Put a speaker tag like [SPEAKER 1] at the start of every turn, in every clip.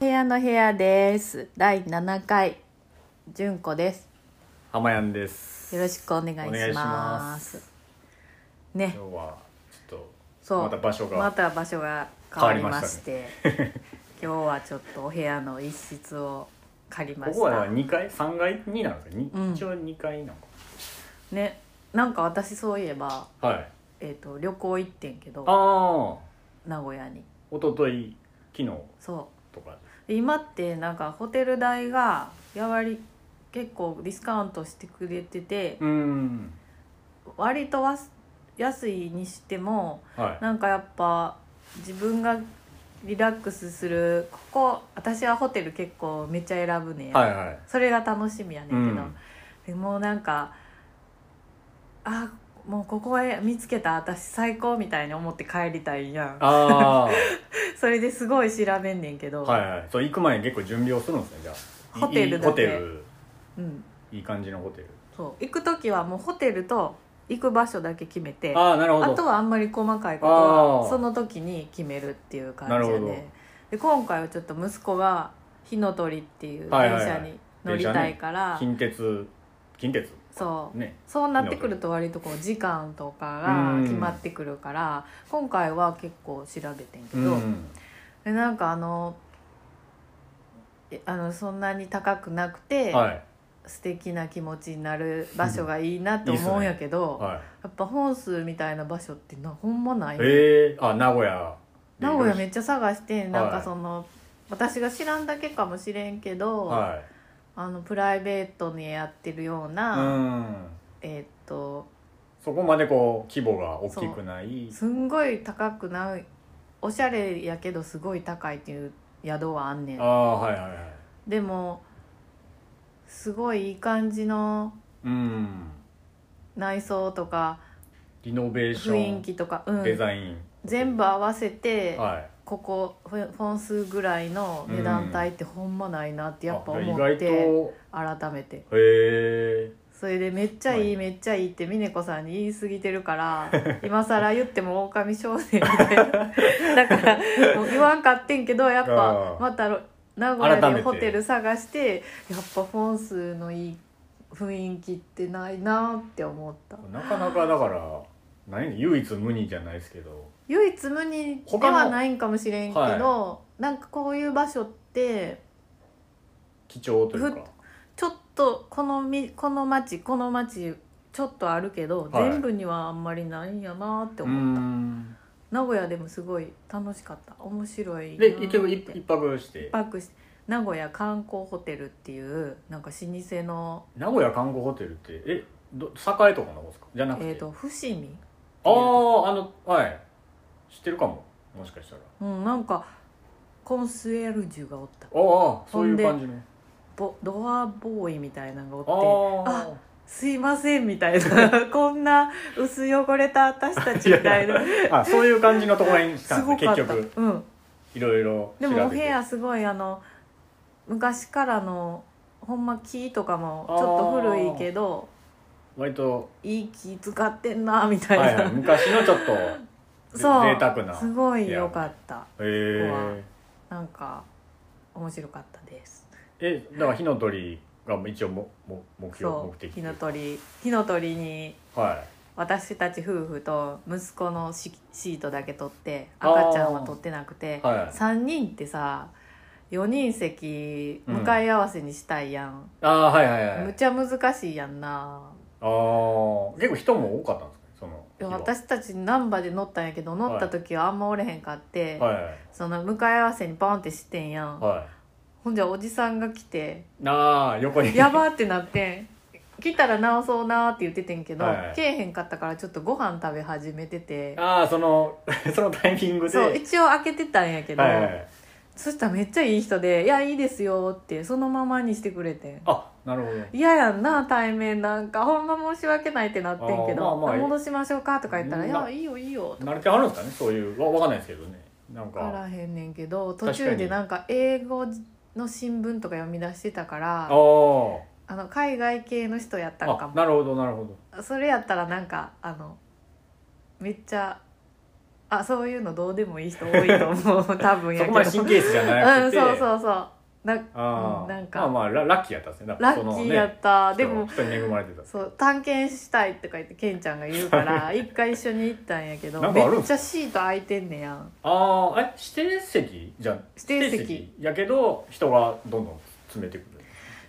[SPEAKER 1] 屋の部屋です。第7回、純子です。
[SPEAKER 2] 浜やんです
[SPEAKER 1] よろしくお願いします。
[SPEAKER 2] お願いします
[SPEAKER 1] ね
[SPEAKER 2] 今、日はちょっ
[SPEAKER 1] そ
[SPEAKER 2] と
[SPEAKER 1] う。
[SPEAKER 2] また場所が、
[SPEAKER 1] また場所が変わりまして、 今日はちょっとお部屋の一室を借りま
[SPEAKER 2] こ
[SPEAKER 1] した。
[SPEAKER 2] こは2階3階になるんですかに
[SPEAKER 1] うん
[SPEAKER 2] 一応2階なのか、
[SPEAKER 1] ね、なんか私そういえば、
[SPEAKER 2] はい
[SPEAKER 1] えっ、と、旅行行ってんけど、
[SPEAKER 2] ああ
[SPEAKER 1] 名古屋に。
[SPEAKER 2] 一昨日昨日
[SPEAKER 1] そう。
[SPEAKER 2] とか
[SPEAKER 1] 今ってなんかホテル代がやわり結構ディスカウントしてくれてて
[SPEAKER 2] うーん
[SPEAKER 1] 割とわす安いにしても
[SPEAKER 2] はい
[SPEAKER 1] なんかやっぱ自分がリラックスするここ私はホテル結構めっちゃ選ぶねん、
[SPEAKER 2] はいはい
[SPEAKER 1] それが楽しみやねんけ
[SPEAKER 2] う
[SPEAKER 1] ど、
[SPEAKER 2] ん
[SPEAKER 1] でもうなんかあもうここへ見つけた私最高みたいに思って帰りたいやん
[SPEAKER 2] あ
[SPEAKER 1] それですごい調べんねんけ
[SPEAKER 2] あ
[SPEAKER 1] ど、
[SPEAKER 2] はいはいそう行く前に結構準備をするんですねじゃあ
[SPEAKER 1] ホテル
[SPEAKER 2] いい
[SPEAKER 1] だ
[SPEAKER 2] ホ
[SPEAKER 1] け
[SPEAKER 2] テル
[SPEAKER 1] うん、
[SPEAKER 2] いい感じのホテル
[SPEAKER 1] そう行く時はもうホテルと行く場所だけ決めてあ
[SPEAKER 2] ああなるほど
[SPEAKER 1] とはあんまり細かいことは
[SPEAKER 2] あー
[SPEAKER 1] その時に決めるっていう感じ
[SPEAKER 2] な
[SPEAKER 1] で,、
[SPEAKER 2] るほど
[SPEAKER 1] で今回はちょっと息子が火の鳥っていう電
[SPEAKER 2] はいはいはい
[SPEAKER 1] 車に乗りたいから、
[SPEAKER 2] 近鉄近鉄
[SPEAKER 1] そう
[SPEAKER 2] ね
[SPEAKER 1] そうなってくると割とこう時間とかが決まってくるから今回は結構調べてんけ
[SPEAKER 2] う
[SPEAKER 1] ど、
[SPEAKER 2] ん
[SPEAKER 1] でなんかあのえあのそんなに高くなくて、
[SPEAKER 2] はい
[SPEAKER 1] 素敵な気持ちになる場所がいいなって思うんやけど。
[SPEAKER 2] は
[SPEAKER 1] やっぱ本数みたいな場所ってなほんまないい、
[SPEAKER 2] ええあ名古屋で
[SPEAKER 1] 名古屋めっちゃ探してんなん
[SPEAKER 2] は
[SPEAKER 1] か
[SPEAKER 2] い
[SPEAKER 1] その、私が知らんだけかもしれんけど、
[SPEAKER 2] は
[SPEAKER 1] あのプライベートにやってるよう
[SPEAKER 2] い
[SPEAKER 1] な、
[SPEAKER 2] うん
[SPEAKER 1] えーっと
[SPEAKER 2] そこまでこう規模が大きくない
[SPEAKER 1] すんごい高くないおしゃれやけどすごい高いっていう宿はあんねん
[SPEAKER 2] ああはいはいはい
[SPEAKER 1] でもすごいいい感じの
[SPEAKER 2] うん
[SPEAKER 1] 内装とか
[SPEAKER 2] リノベーショ
[SPEAKER 1] 雰囲
[SPEAKER 2] ン
[SPEAKER 1] 気とか、うん、
[SPEAKER 2] デザイン、
[SPEAKER 1] 全部合わせて、
[SPEAKER 2] はい
[SPEAKER 1] ここフォン数ぐらいの値段帯ってほんまないなってやっぱ
[SPEAKER 2] あ
[SPEAKER 1] 思
[SPEAKER 2] 意
[SPEAKER 1] っ
[SPEAKER 2] 外
[SPEAKER 1] て
[SPEAKER 2] と
[SPEAKER 1] 改めて
[SPEAKER 2] へえ
[SPEAKER 1] それでめっちゃいい
[SPEAKER 2] は
[SPEAKER 1] めっちゃいいって峰子さんに言い過ぎてるから 今更言っても狼少年みたいなだからもう言わんかってんけどやっぱ
[SPEAKER 2] あー
[SPEAKER 1] また名古屋
[SPEAKER 2] 改
[SPEAKER 1] で
[SPEAKER 2] めて
[SPEAKER 1] ホテル探してやっぱフォン数のいい雰囲気ってないなって思った
[SPEAKER 2] なかなかだから何唯一無二じゃないですけど
[SPEAKER 1] 唯一無二ではないんかもしれんけど、
[SPEAKER 2] 他の
[SPEAKER 1] なんかこういう場所って
[SPEAKER 2] 貴重というか
[SPEAKER 1] ちょっとこのみこの町この町ちょっとあるけど、
[SPEAKER 2] はい
[SPEAKER 1] 全部にはあんまりないんやなって
[SPEAKER 2] う
[SPEAKER 1] 思った
[SPEAKER 2] ん
[SPEAKER 1] 名古屋でもすごい楽しかった面白いな
[SPEAKER 2] で
[SPEAKER 1] って
[SPEAKER 2] 結局一一泊して
[SPEAKER 1] 一泊して名古屋観光ホテルっていうなんか老舗の
[SPEAKER 2] 名古屋観光ホテルってえど栄とかのことですかじゃなくて、
[SPEAKER 1] えっ、と伏見
[SPEAKER 2] あああのはい知ってるかももしかしたら
[SPEAKER 1] うんなんかコンスエルジュがおった
[SPEAKER 2] ああそうい
[SPEAKER 1] ほん
[SPEAKER 2] う
[SPEAKER 1] で
[SPEAKER 2] 感じの
[SPEAKER 1] ボドアボーイみたいなのがおって
[SPEAKER 2] ああ
[SPEAKER 1] すいませんみたいな こんな薄汚れた私たちみたいな
[SPEAKER 2] あそういう感じのところにした
[SPEAKER 1] す
[SPEAKER 2] んで
[SPEAKER 1] ご
[SPEAKER 2] す
[SPEAKER 1] かっ
[SPEAKER 2] ね結
[SPEAKER 1] た
[SPEAKER 2] 局
[SPEAKER 1] うん
[SPEAKER 2] いろいろ
[SPEAKER 1] でもお部
[SPEAKER 2] あ
[SPEAKER 1] 屋すごいあの昔からのほんま木とかもちょっと古いけど
[SPEAKER 2] 割と、
[SPEAKER 1] いい木使ってんなみた
[SPEAKER 2] はいい
[SPEAKER 1] な、
[SPEAKER 2] はい、昔のちょっ と
[SPEAKER 1] そう
[SPEAKER 2] ぜ贅沢な
[SPEAKER 1] すごい良かった
[SPEAKER 2] えー、
[SPEAKER 1] なんか面白かったです
[SPEAKER 2] えだから火の鳥が一応もも目標
[SPEAKER 1] そ
[SPEAKER 2] 目
[SPEAKER 1] う
[SPEAKER 2] 的
[SPEAKER 1] 火の鳥火の鳥に
[SPEAKER 2] は
[SPEAKER 1] 私たち夫婦と息子のシシートだけ取って赤ちゃんは取ってなくて
[SPEAKER 2] い、はい、
[SPEAKER 1] 3人ってさ4人席向かい合わせにしたいやん、
[SPEAKER 2] ああはいはいは
[SPEAKER 1] む
[SPEAKER 2] い
[SPEAKER 1] ちゃ難しいやんな
[SPEAKER 2] あー結構人も多かったんですかねその
[SPEAKER 1] いや
[SPEAKER 2] 日は
[SPEAKER 1] 私たち難波で乗ったんやけど乗った時はあんまおれへんかって、
[SPEAKER 2] はい
[SPEAKER 1] その向かい合わせにポンってしてんやん、
[SPEAKER 2] は
[SPEAKER 1] ほんじゃおじさんが来て
[SPEAKER 2] いああ横
[SPEAKER 1] 「
[SPEAKER 2] に
[SPEAKER 1] やば!」ってなってん来たら直そうなーって言っててんけど、
[SPEAKER 2] はい
[SPEAKER 1] 来えへんかったからちょっとご飯食べ始めてて
[SPEAKER 2] ああその そのタイミングで
[SPEAKER 1] そう一応開けてたんやけど、
[SPEAKER 2] はいはいはい
[SPEAKER 1] そしたらめっちゃいい人で「いやいいですよ」ってそのままにしてくれてん
[SPEAKER 2] あなるほど
[SPEAKER 1] 嫌やんな対面なんかほんま申し訳ないってなってんけど「
[SPEAKER 2] あーまあまあ
[SPEAKER 1] 戻しましょうか」とか言ったら「い
[SPEAKER 2] うん
[SPEAKER 1] やいいよいいよ」
[SPEAKER 2] 慣れてはるんですかねそういうわわかんないですけどねなんか
[SPEAKER 1] わからへんねんけど途
[SPEAKER 2] 確かに
[SPEAKER 1] 中でなんか英語の新聞とか読み出してたからあ
[SPEAKER 2] あ
[SPEAKER 1] の海外系の人やったんか
[SPEAKER 2] あなるほどなるほど
[SPEAKER 1] もそれやったらなんかあのめっちゃあそういうのどうでもいい人多いと思 う多分
[SPEAKER 2] そ
[SPEAKER 1] や
[SPEAKER 2] こま
[SPEAKER 1] けど
[SPEAKER 2] で神経質じゃ
[SPEAKER 1] う
[SPEAKER 2] なんくて、
[SPEAKER 1] そうそうそうな
[SPEAKER 2] あ
[SPEAKER 1] う
[SPEAKER 2] あ
[SPEAKER 1] んなんか
[SPEAKER 2] まあまあララッキーやったんですねだから
[SPEAKER 1] ラ
[SPEAKER 2] その
[SPEAKER 1] ッキ
[SPEAKER 2] ね
[SPEAKER 1] ーやった、で
[SPEAKER 2] 人
[SPEAKER 1] も
[SPEAKER 2] 人に恵まれてた
[SPEAKER 1] そう探検したいとか言ってケンちゃんが言うから 一回一緒に行ったんやけど
[SPEAKER 2] なん
[SPEAKER 1] め
[SPEAKER 2] かあるん
[SPEAKER 1] っ
[SPEAKER 2] す
[SPEAKER 1] ちゃシート空いてんねやん
[SPEAKER 2] ああえ指定席じゃん
[SPEAKER 1] 指定席
[SPEAKER 2] やけど人がどんどん詰めてくる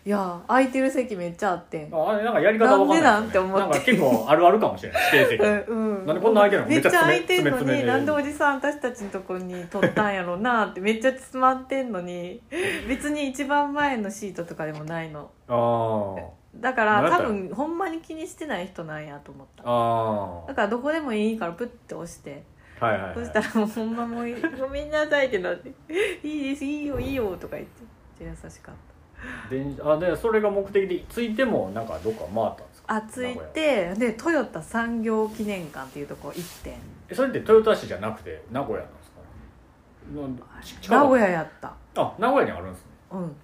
[SPEAKER 1] いや空いてる席めっちゃあってん
[SPEAKER 2] ああれなんかやり方わかんない
[SPEAKER 1] なんでなんて思って
[SPEAKER 2] なんか結構あるあるかもしれない指定席
[SPEAKER 1] うんうん
[SPEAKER 2] なんでこんな空いてんの
[SPEAKER 1] めっちゃ空いてんの
[SPEAKER 2] めっちゃ詰め詰め
[SPEAKER 1] に
[SPEAKER 2] で
[SPEAKER 1] なんでおじさん私たちのとこに取ったんやろうなってめっちゃ詰まってんのに別に一番前のシートとかでもないの
[SPEAKER 2] あ
[SPEAKER 1] だから
[SPEAKER 2] なんだ
[SPEAKER 1] 多
[SPEAKER 2] ったの
[SPEAKER 1] 分ほんまに気にしてない人なんやと思った
[SPEAKER 2] ああ
[SPEAKER 1] だからどこでもいいからプッて押して
[SPEAKER 2] あはいはい、はい、
[SPEAKER 1] そしたらもうほんまもういい「ごめんなさい」ってなって「いいですいいよいいよ」とか言ってめっちゃ優しかっ
[SPEAKER 2] 電車あでそれが目的で着いてもなんかどっか回ったんですか
[SPEAKER 1] たあ着いてでトヨタ産業記念館っていうとこ行ってん
[SPEAKER 2] えそれって豊田市じゃなくて名古屋なんですかなんち近く
[SPEAKER 1] 名古屋やった
[SPEAKER 2] あ名古屋にあるんですね
[SPEAKER 1] うん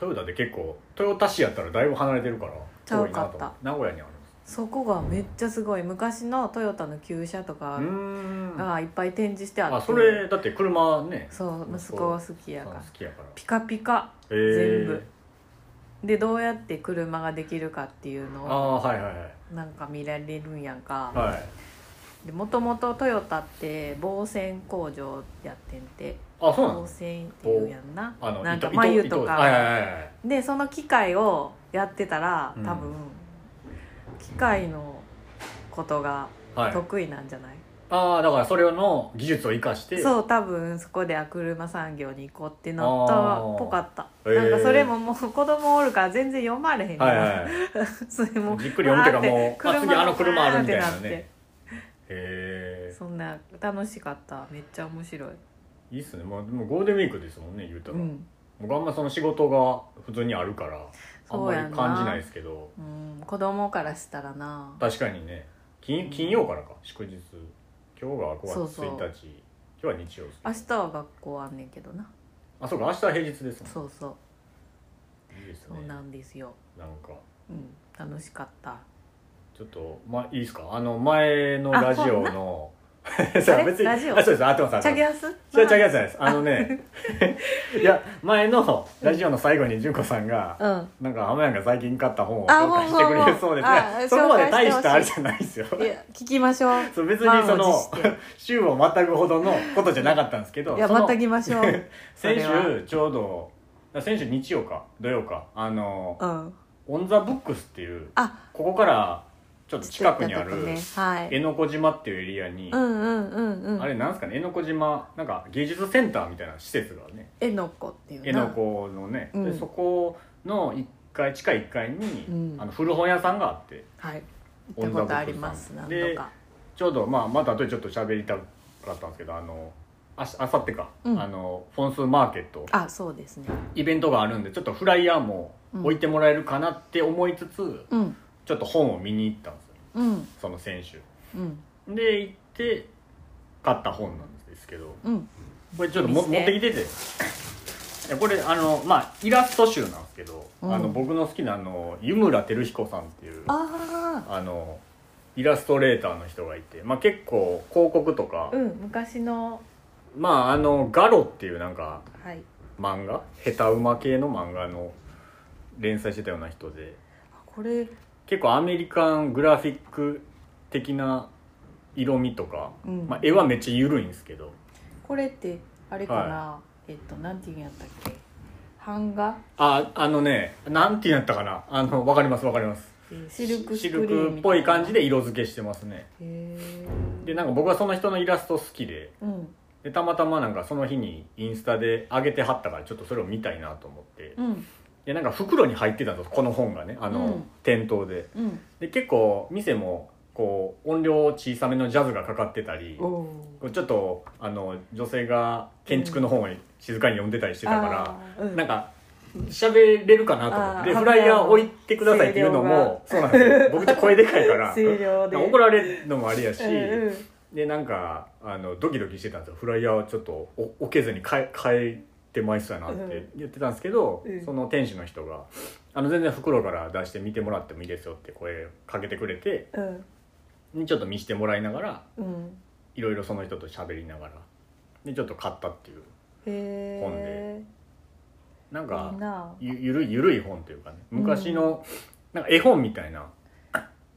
[SPEAKER 2] 豊田で結構豊田市やったらだいぶ離れてるから
[SPEAKER 1] ちゃう
[SPEAKER 2] 遠いな
[SPEAKER 1] かった
[SPEAKER 2] と思て名古屋にあるんです
[SPEAKER 1] そこがめっちゃすごい昔のトヨタの旧車と
[SPEAKER 2] う
[SPEAKER 1] か
[SPEAKER 2] ーん
[SPEAKER 1] がいっぱい展示してあって
[SPEAKER 2] あそれだって車ね
[SPEAKER 1] そう息子は好きや
[SPEAKER 2] 好
[SPEAKER 1] から
[SPEAKER 2] きやから
[SPEAKER 1] ピカピカ
[SPEAKER 2] えー、
[SPEAKER 1] 全部でどうやって車ができるかっていう
[SPEAKER 2] あ
[SPEAKER 1] のを
[SPEAKER 2] あーはいはいはい
[SPEAKER 1] なんか見られるんやんか、
[SPEAKER 2] はい
[SPEAKER 1] でもともとトヨタって防線工場やってんて
[SPEAKER 2] あそうなん
[SPEAKER 1] 防
[SPEAKER 2] です
[SPEAKER 1] 線っていうやんな
[SPEAKER 2] あの
[SPEAKER 1] なんか
[SPEAKER 2] 糸
[SPEAKER 1] 眉
[SPEAKER 2] 糸
[SPEAKER 1] とか
[SPEAKER 2] はいはいはいはい
[SPEAKER 1] でその機械をやってたら
[SPEAKER 2] うん
[SPEAKER 1] 多分、機械のことが
[SPEAKER 2] はい
[SPEAKER 1] 得意なんじゃない、
[SPEAKER 2] ああだからそれの技術を生かして
[SPEAKER 1] そう多分そこであ車産業に行こうってなったっぽかった、
[SPEAKER 2] あー
[SPEAKER 1] なんか
[SPEAKER 2] へー
[SPEAKER 1] それももう子供おるから全然読まれへんねんな、
[SPEAKER 2] はいはい
[SPEAKER 1] それも
[SPEAKER 2] じっくり読むけどもう
[SPEAKER 1] わー
[SPEAKER 2] あ
[SPEAKER 1] って
[SPEAKER 2] 次あの車あるみたい
[SPEAKER 1] わーっ
[SPEAKER 2] な
[SPEAKER 1] てなっ
[SPEAKER 2] ねへえ
[SPEAKER 1] そんな楽しかっためっちゃ面白い、
[SPEAKER 2] いいっすねまあでもゴールデンウィークですもんね言うた
[SPEAKER 1] う
[SPEAKER 2] ら、
[SPEAKER 1] ん、
[SPEAKER 2] 僕あんまその仕事が普通にあるからあん
[SPEAKER 1] そう
[SPEAKER 2] まり
[SPEAKER 1] やんな
[SPEAKER 2] 感じないですけど
[SPEAKER 1] うん、子供からしたらな
[SPEAKER 2] 確かにね金金曜からか祝日今日が5
[SPEAKER 1] そう
[SPEAKER 2] 月
[SPEAKER 1] そう
[SPEAKER 2] 1日今日は日曜ですね
[SPEAKER 1] 明日は学校あんねんけどな
[SPEAKER 2] あそうか明日は平日ですもん
[SPEAKER 1] そうそう
[SPEAKER 2] いいです
[SPEAKER 1] そ
[SPEAKER 2] ね
[SPEAKER 1] う
[SPEAKER 2] な
[SPEAKER 1] なんんですよ、
[SPEAKER 2] か
[SPEAKER 1] うん、楽しかった
[SPEAKER 2] ちょっと、ま、いいですかあの前のラジオの そ
[SPEAKER 1] あれ
[SPEAKER 2] う別に
[SPEAKER 1] ラジオ
[SPEAKER 2] あそうです合ってます合ってます
[SPEAKER 1] チャゲアス
[SPEAKER 2] じゃちゃうやつじゃないです。あのね、 いや、前のラジオの最後に純子さんが、
[SPEAKER 1] うん
[SPEAKER 2] なんか、浜やんが最近買った本を
[SPEAKER 1] あ
[SPEAKER 2] 紹介してくれるそうです
[SPEAKER 1] ほんまほんまあ
[SPEAKER 2] ね。そこまで
[SPEAKER 1] 紹介して
[SPEAKER 2] 大
[SPEAKER 1] ほしい
[SPEAKER 2] したあれじゃないですよ。
[SPEAKER 1] いや聞きましょう
[SPEAKER 2] そう別にそ
[SPEAKER 1] 満を持
[SPEAKER 2] の
[SPEAKER 1] して、
[SPEAKER 2] 週をまたぐほどのことじゃなかったんですけど、
[SPEAKER 1] いや
[SPEAKER 2] その
[SPEAKER 1] またぎましょうそ
[SPEAKER 2] 先
[SPEAKER 1] れは
[SPEAKER 2] 週、ちょうど、あ先週日曜か、土曜か、あの
[SPEAKER 1] う、ん
[SPEAKER 2] オンザブックスっていう、
[SPEAKER 1] あ
[SPEAKER 2] ここからちょっと近くにあ
[SPEAKER 1] ちょっと
[SPEAKER 2] る
[SPEAKER 1] ね、はい
[SPEAKER 2] 江ノ小島っていうエリアに
[SPEAKER 1] う、んうんうんうん
[SPEAKER 2] あれなんですかね、江ノ小島、なんか芸術センターみたいな施設がね、
[SPEAKER 1] えのこっていうな
[SPEAKER 2] えのこのね、
[SPEAKER 1] うん
[SPEAKER 2] でそこの1階地下1階に、
[SPEAKER 1] うん
[SPEAKER 2] あの古本屋さんがあって
[SPEAKER 1] はい行ったことあります
[SPEAKER 2] オンザ
[SPEAKER 1] 何
[SPEAKER 2] ブック
[SPEAKER 1] 度
[SPEAKER 2] スさ
[SPEAKER 1] か
[SPEAKER 2] ちょうど、まあ、また後でちょっと喋りたかったんですけどあのあしあさってか、
[SPEAKER 1] うん
[SPEAKER 2] あのフォンスマーケット
[SPEAKER 1] あそうですね
[SPEAKER 2] イベントがあるんでちょっとフライヤーも置いてもらえるかなって思いつつ、
[SPEAKER 1] うん
[SPEAKER 2] ちょっと本を見に行ったんですよ
[SPEAKER 1] うん
[SPEAKER 2] その選手
[SPEAKER 1] うん
[SPEAKER 2] で行って買った本なんですけど
[SPEAKER 1] うん
[SPEAKER 2] これちょっとも
[SPEAKER 1] 見せ
[SPEAKER 2] 持ってきてていやこれあのまあイラスト集なんですけど、
[SPEAKER 1] うん
[SPEAKER 2] あの僕の好きなあの湯村照彦さんっていうあ
[SPEAKER 1] あ
[SPEAKER 2] のイラストレーターの人がいて、まあ、結構広告とか
[SPEAKER 1] あ、うん昔の
[SPEAKER 2] まああのガロっていうなんか
[SPEAKER 1] はい
[SPEAKER 2] 漫画下手馬系の漫画の連載してたような人で
[SPEAKER 1] あこれ
[SPEAKER 2] 結構アメリカングラフィック的な色味とか、
[SPEAKER 1] うん
[SPEAKER 2] まあ、絵はめっちゃ緩いんですけど
[SPEAKER 1] これってあれかな、えっとなんていうんやったっけ版画、
[SPEAKER 2] ああのねなんて言うんやったかなあのわかりますわかります
[SPEAKER 1] えーシルクスク
[SPEAKER 2] シ
[SPEAKER 1] リーン
[SPEAKER 2] ル
[SPEAKER 1] みたいな
[SPEAKER 2] クっぽい感じで色付けしてますね
[SPEAKER 1] へー
[SPEAKER 2] でなんか僕はその人のイラスト好きで
[SPEAKER 1] うん
[SPEAKER 2] でたまたまなんかその日にインスタで上げてはったからちょっとそれを見たいなと思って
[SPEAKER 1] うん
[SPEAKER 2] でなんか袋に入ってたんですこの本がねあの、
[SPEAKER 1] うん
[SPEAKER 2] 店頭で
[SPEAKER 1] うん
[SPEAKER 2] で結構店もこう音量小さめのジャズがかかってたり
[SPEAKER 1] おお
[SPEAKER 2] こうちょっとあの女性が建築の本を静かに読んでたりしてたから、
[SPEAKER 1] ら、うん、
[SPEAKER 2] なんか喋れるかなと思って
[SPEAKER 1] あ
[SPEAKER 2] で
[SPEAKER 1] ー
[SPEAKER 2] フライヤー置いてくださいっていうのもそうなんですよ僕って声でかいか ら
[SPEAKER 1] 声量で
[SPEAKER 2] 怒られるのもありやし、
[SPEAKER 1] うんうん
[SPEAKER 2] でなんかあのドキドキしてたんですよフライヤーをちょっとお置けずに変え変えてまいそうやなって言ってたんですけど、
[SPEAKER 1] うん
[SPEAKER 2] その店主の人が「あの全然袋から出して見てもらってもいいですよ」って声かけてくれて
[SPEAKER 1] うん
[SPEAKER 2] ちょっと見せてもらいながら
[SPEAKER 1] うん
[SPEAKER 2] いろいろその人と喋りながらでちょっと買ったっていう本
[SPEAKER 1] へ
[SPEAKER 2] でなん
[SPEAKER 1] え
[SPEAKER 2] か
[SPEAKER 1] いいな
[SPEAKER 2] ゆゆるいゆるい本というかね昔のなんか絵本みたいな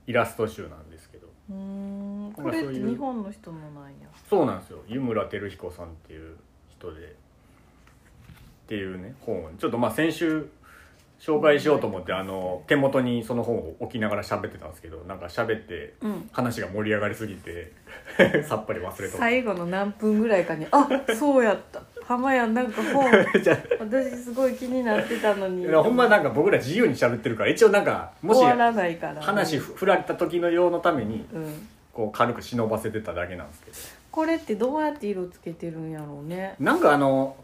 [SPEAKER 2] イラスト集なんですけど
[SPEAKER 1] うーん
[SPEAKER 2] か
[SPEAKER 1] これっ
[SPEAKER 2] そう
[SPEAKER 1] て
[SPEAKER 2] いう
[SPEAKER 1] 日本の人のなんや
[SPEAKER 2] そうなんですよ湯村照彦さんっていう人でっていうね本をちょっとまあ先週紹介しようと思ってあの手元にその本を置きながら喋ってたんですけどなんか喋って
[SPEAKER 1] うん
[SPEAKER 2] 話が盛り上がりすぎて さっぱり忘れた
[SPEAKER 1] 最後の何分ぐらいかに「あそうやった浜やんなんか本
[SPEAKER 2] じゃ
[SPEAKER 1] 私すごい気になってたのに
[SPEAKER 2] いやほんまなんか僕ら自由に喋ってるから一応なんかもし
[SPEAKER 1] 終わらないから
[SPEAKER 2] 話ふ振られた時の用のために
[SPEAKER 1] うん
[SPEAKER 2] こう軽く忍ばせてただけなんですけど
[SPEAKER 1] これってどうやって色つけてるんやろうね
[SPEAKER 2] なんかあの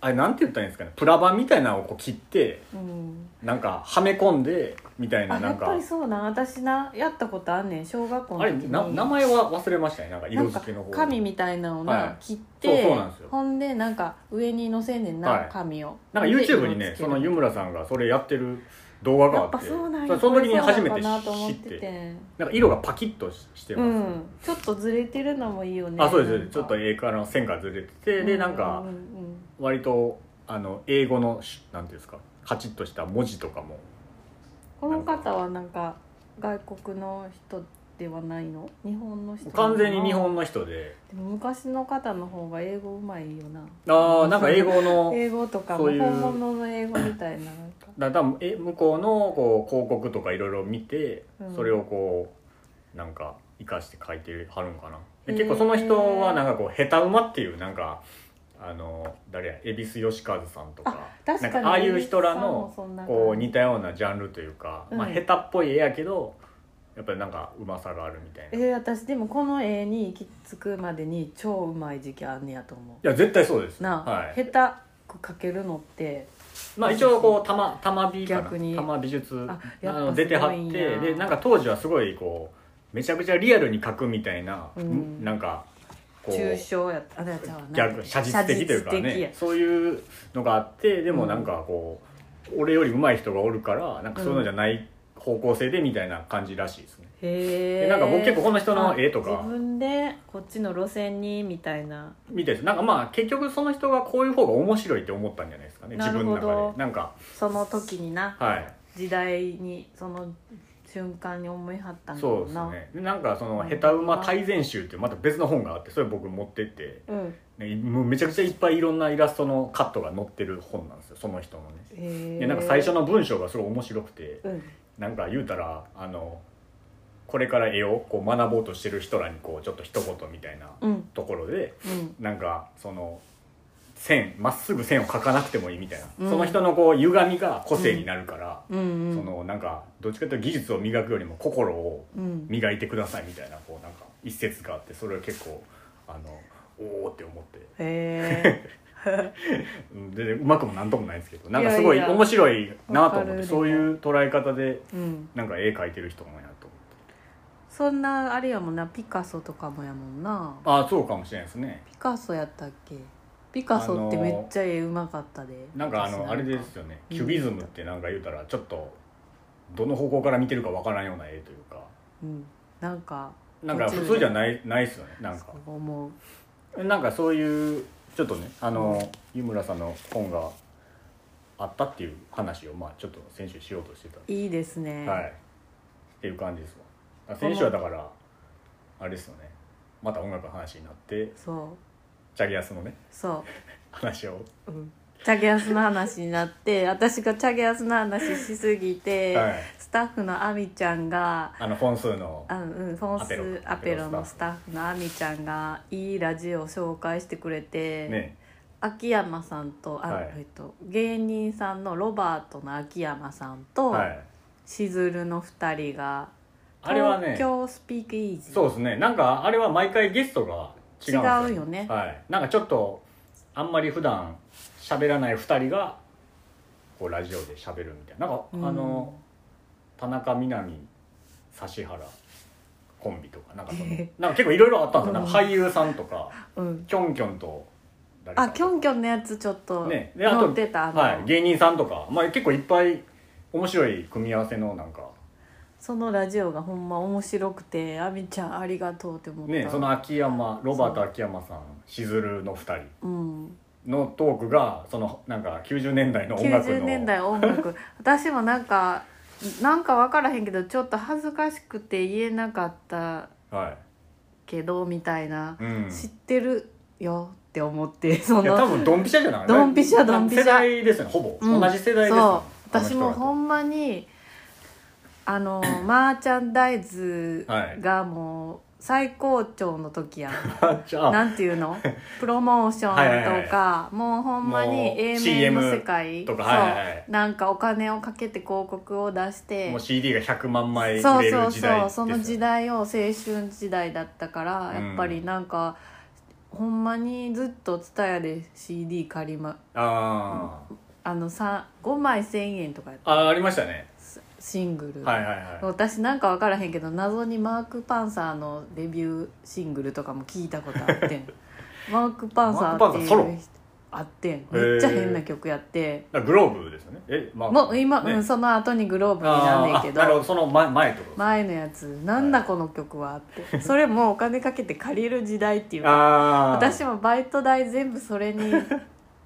[SPEAKER 2] あれなんて言ったらいいんですかねプラ板みたいなのをこう切って
[SPEAKER 1] うん
[SPEAKER 2] なんかはめ込んでみたいな
[SPEAKER 1] あ
[SPEAKER 2] な
[SPEAKER 1] や
[SPEAKER 2] ん
[SPEAKER 1] っぱ
[SPEAKER 2] か
[SPEAKER 1] りそうなん私なやったことあんねん小学校
[SPEAKER 2] あ
[SPEAKER 1] の
[SPEAKER 2] れ
[SPEAKER 1] 時に
[SPEAKER 2] な名前は忘れましたねなんか色
[SPEAKER 1] なん
[SPEAKER 2] 付
[SPEAKER 1] か
[SPEAKER 2] けの方
[SPEAKER 1] 紙みたいなのをな、
[SPEAKER 2] はい
[SPEAKER 1] 切って
[SPEAKER 2] そうそうなんですよ
[SPEAKER 1] ほんでなんか上に載せんねんな、
[SPEAKER 2] はい
[SPEAKER 1] 紙を
[SPEAKER 2] なんか YouTube にね
[SPEAKER 1] で色つけ
[SPEAKER 2] そ
[SPEAKER 1] る
[SPEAKER 2] の湯村さんがそれやってる動画が
[SPEAKER 1] や
[SPEAKER 2] あ
[SPEAKER 1] っ
[SPEAKER 2] って
[SPEAKER 1] ぱそうなんや
[SPEAKER 2] その時に初め
[SPEAKER 1] こ
[SPEAKER 2] て
[SPEAKER 1] れそうなんかなと思
[SPEAKER 2] 知
[SPEAKER 1] っ
[SPEAKER 2] ってて
[SPEAKER 1] て
[SPEAKER 2] なんか色がパキッとしして
[SPEAKER 1] う
[SPEAKER 2] ます、
[SPEAKER 1] んちょっとずれてるのもいいよね
[SPEAKER 2] あそうですそう
[SPEAKER 1] な
[SPEAKER 2] で
[SPEAKER 1] んか
[SPEAKER 2] すちょっと絵からの線がずれててでなんか
[SPEAKER 1] うううん
[SPEAKER 2] 割とあの英語のしなんていうんですかカチッとした文字とかも
[SPEAKER 1] この方はなんか外国の人ではないの日本の人なの
[SPEAKER 2] 完全に日本の人で
[SPEAKER 1] でも昔の方の方が英語うまいよな
[SPEAKER 2] あーなんか英語の
[SPEAKER 1] 英語とかも
[SPEAKER 2] そういう
[SPEAKER 1] 本物の英語みたいななんか
[SPEAKER 2] だ多分え向こうのこう広告とかいろいろ見て、
[SPEAKER 1] うん
[SPEAKER 2] それをこうなんか生かして書いてはるんかなで
[SPEAKER 1] へー
[SPEAKER 2] 結構その人はなんかこう「下手馬」っていうなんかあの誰や恵比寿義和さんとか
[SPEAKER 1] 確か
[SPEAKER 2] な
[SPEAKER 1] に
[SPEAKER 2] んかああいう人らの
[SPEAKER 1] そんな感じ
[SPEAKER 2] こう似たようなジャンルというか、まあ、
[SPEAKER 1] うん
[SPEAKER 2] 下手っぽい絵やけどやっぱりなんかうまさがあるみたい
[SPEAKER 1] え
[SPEAKER 2] な。い
[SPEAKER 1] ー、私でもこの絵に行き着くまでに超うまい時期あんねやと思
[SPEAKER 2] や絶対そうです
[SPEAKER 1] うなあ、
[SPEAKER 2] はい、
[SPEAKER 1] 下手く描けるのって
[SPEAKER 2] まあ一応こう玉玉美かな
[SPEAKER 1] 逆に
[SPEAKER 2] 玉美術
[SPEAKER 1] あや
[SPEAKER 2] あ
[SPEAKER 1] っ
[SPEAKER 2] の
[SPEAKER 1] ぱ
[SPEAKER 2] 出てはっ
[SPEAKER 1] すごいん
[SPEAKER 2] て
[SPEAKER 1] や
[SPEAKER 2] でなんか当時はすごいこうめちゃくちゃリアルに描くみたいな、
[SPEAKER 1] うん
[SPEAKER 2] なんかこ
[SPEAKER 1] 抽
[SPEAKER 2] う
[SPEAKER 1] 象やったあじゃあじゃあ
[SPEAKER 2] 逆写実的というか
[SPEAKER 1] 写実的や
[SPEAKER 2] ねそういうのがあってでもなんかこう、俺より上手い人がおるからなんかそういうのじゃない方向性でみたいな感じらしいですね。
[SPEAKER 1] へ
[SPEAKER 2] で
[SPEAKER 1] え
[SPEAKER 2] なんか僕結構この人の絵と
[SPEAKER 1] 自
[SPEAKER 2] か
[SPEAKER 1] 分でこっちの路線にみたいな
[SPEAKER 2] 見ててなんかまあ結局その人がこういう方が面白いって思ったんじゃないですかね自分の
[SPEAKER 1] なるほ
[SPEAKER 2] 中
[SPEAKER 1] ど
[SPEAKER 2] でなんか
[SPEAKER 1] その時にな、
[SPEAKER 2] はい
[SPEAKER 1] 時代にその瞬間に思いはったんだ
[SPEAKER 2] そう
[SPEAKER 1] ろ
[SPEAKER 2] で
[SPEAKER 1] う
[SPEAKER 2] す
[SPEAKER 1] な
[SPEAKER 2] ねでなんかその「下手馬大全集」っていうまた別の本があってそれ僕持ってって
[SPEAKER 1] うん
[SPEAKER 2] ねもうめちゃくちゃいっぱいいろんなイラストのカットが載ってる本なんですよその人のね
[SPEAKER 1] へ
[SPEAKER 2] で
[SPEAKER 1] え
[SPEAKER 2] なんか最初の文章がすごい面白くて
[SPEAKER 1] うん
[SPEAKER 2] なんか言うたらあのこれから絵をこう学ぼうとしてる人らにこうちょっと一言みたいな
[SPEAKER 1] うん
[SPEAKER 2] ところで
[SPEAKER 1] うん
[SPEAKER 2] なんかその線まっすぐ線を描かなくてもいいみたいな、
[SPEAKER 1] うん
[SPEAKER 2] その人のこう歪みが個性になるから、
[SPEAKER 1] うんうん
[SPEAKER 2] そのなんかどっちかというと技術を磨くよりも心を
[SPEAKER 1] うん
[SPEAKER 2] 磨いてくださいみたいなこうなんか一節があってそれを結構あのおおって思って
[SPEAKER 1] へえ
[SPEAKER 2] うんでうまくもなんともないんですけどなんかすごい
[SPEAKER 1] いやいや
[SPEAKER 2] 面白いなと
[SPEAKER 1] わか
[SPEAKER 2] 思っ
[SPEAKER 1] る
[SPEAKER 2] て
[SPEAKER 1] でも
[SPEAKER 2] そういう捉え方で
[SPEAKER 1] うん、
[SPEAKER 2] なんか絵描いてる人もやと思って
[SPEAKER 1] そんなあれやもんなピカソとかもやもんな
[SPEAKER 2] ああそうかもしれないですね
[SPEAKER 1] ピカソやったっけピカソってめっちゃ絵うまかったで、
[SPEAKER 2] なんかあ
[SPEAKER 1] 私
[SPEAKER 2] のあれですよね
[SPEAKER 1] うん
[SPEAKER 2] キュビズムってなんか言うたらちょっとどの方向から見てるかわからんような絵というか
[SPEAKER 1] うん、なんか
[SPEAKER 2] なんか普通じゃないないですよねなんか
[SPEAKER 1] そう思う
[SPEAKER 2] なんかそういうちょっとねあの湯村さんの本があったっていう話をまあちょっと先週しようとしてた
[SPEAKER 1] いいですね、
[SPEAKER 2] はい、っていう感じですわあ先週はだからあれですよねまた音楽の話になって
[SPEAKER 1] そう
[SPEAKER 2] チャギアスのね
[SPEAKER 1] そ
[SPEAKER 2] 話を、
[SPEAKER 1] う、うん、チャゲアスの話になって私がチャゲアスの話しすぎて、
[SPEAKER 2] はい、
[SPEAKER 1] スタッフのアミちゃんが
[SPEAKER 2] あの本数の
[SPEAKER 1] あうん、フォン
[SPEAKER 2] アペロ
[SPEAKER 1] スアペロのスタッフのアミちゃんがいいラジオを紹介してくれて、
[SPEAKER 2] ね
[SPEAKER 1] 秋山さんとあ、
[SPEAKER 2] はい
[SPEAKER 1] えっと、芸人さんのロバートの秋山さんと、
[SPEAKER 2] はい
[SPEAKER 1] しずるの2人が
[SPEAKER 2] あれはね
[SPEAKER 1] 東京スピークイージー
[SPEAKER 2] そうですねなんかあれは毎回ゲストが違うん
[SPEAKER 1] 違
[SPEAKER 2] です
[SPEAKER 1] うよね
[SPEAKER 2] はい、なんかちょっとあんまり普段喋らない2人がこうラジオで喋るみたいななんか、
[SPEAKER 1] うん
[SPEAKER 2] あの田中みな実指原コンビとかなんかそのなんか結構いろいろあったんですよ、なんか俳優さんとか
[SPEAKER 1] うん、
[SPEAKER 2] キョンキョンと誰か
[SPEAKER 1] あキョンキョンのやつちょっと載
[SPEAKER 2] ねであと
[SPEAKER 1] ってた、あの
[SPEAKER 2] はい、芸人さんとか、まあ、結構いっぱい面白い組み合わせのなんか
[SPEAKER 1] そのラジオがほんま面白くて亜美ちゃんありがとうって思った
[SPEAKER 2] ねその秋山ロバート秋山さんしずるの2
[SPEAKER 1] うん、
[SPEAKER 2] 人のトークがそのなんか90年代の音楽の
[SPEAKER 1] 90年代音 楽私もなんかなんか分からへんけどちょっと恥ずかしくて言えなかった
[SPEAKER 2] は
[SPEAKER 1] けどみたいな、
[SPEAKER 2] い、うん、
[SPEAKER 1] 知ってるよって思ってそ
[SPEAKER 2] いや多
[SPEAKER 1] の
[SPEAKER 2] 分ドンピシャじゃない
[SPEAKER 1] ドンピシャドンピシャ
[SPEAKER 2] 世代ですよねほぼ、
[SPEAKER 1] うん
[SPEAKER 2] 同じ世代ですよね
[SPEAKER 1] そう私も
[SPEAKER 2] ほ
[SPEAKER 1] ほ
[SPEAKER 2] ん
[SPEAKER 1] んまにあ のマーチャンダイズ
[SPEAKER 2] はい
[SPEAKER 1] がもう最高潮の時やん、
[SPEAKER 2] じゃあ
[SPEAKER 1] なんていうのプロモーションとか
[SPEAKER 2] はいはい
[SPEAKER 1] もうほんま
[SPEAKER 2] も
[SPEAKER 1] に
[SPEAKER 2] う
[SPEAKER 1] A 面
[SPEAKER 2] CM
[SPEAKER 1] の世界
[SPEAKER 2] とかはいはいはい
[SPEAKER 1] そうなんかお金をかけて広告を出して
[SPEAKER 2] もう CD が100万枚
[SPEAKER 1] そ
[SPEAKER 2] 売
[SPEAKER 1] う
[SPEAKER 2] れ
[SPEAKER 1] そ
[SPEAKER 2] る
[SPEAKER 1] う
[SPEAKER 2] 時代
[SPEAKER 1] そ
[SPEAKER 2] で
[SPEAKER 1] う
[SPEAKER 2] すよ
[SPEAKER 1] そ
[SPEAKER 2] ね
[SPEAKER 1] の時代を青春時代だったから、
[SPEAKER 2] うん
[SPEAKER 1] やっぱりなんかほんまにずっと TSUTAYA で CD 借りま
[SPEAKER 2] あー
[SPEAKER 1] あのさ5枚1,000円とかやった
[SPEAKER 2] あーありましたね
[SPEAKER 1] シングル、
[SPEAKER 2] はいはいは
[SPEAKER 1] 私なんか分からへんけど謎にマーク・パンサーのデビューシングルとかも聞いたことあ ってんマーク・パンサーって
[SPEAKER 2] マークパンサー
[SPEAKER 1] い
[SPEAKER 2] ソ
[SPEAKER 1] う
[SPEAKER 2] ロ
[SPEAKER 1] 人あってんめっちゃ変な曲やって
[SPEAKER 2] いだからグローブですよねえまあ
[SPEAKER 1] もう今、
[SPEAKER 2] ね
[SPEAKER 1] うん、その後にグローブになんねん
[SPEAKER 2] あ
[SPEAKER 1] け
[SPEAKER 2] ー
[SPEAKER 1] ど
[SPEAKER 2] なるほどその前前ってことです
[SPEAKER 1] 前のやつ「なんだこの曲は」ってそれもお金かけて借りる時代っていうか
[SPEAKER 2] ああ
[SPEAKER 1] 私もバイト代全部それ に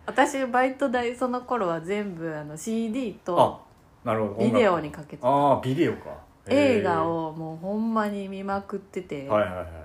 [SPEAKER 1] 私バイト代その頃は全部あの CD と
[SPEAKER 2] あなるほど
[SPEAKER 1] ビデオにかけてた
[SPEAKER 2] ああビデオかへー
[SPEAKER 1] 映画をもうほんまに見まくってて、
[SPEAKER 2] はいはいは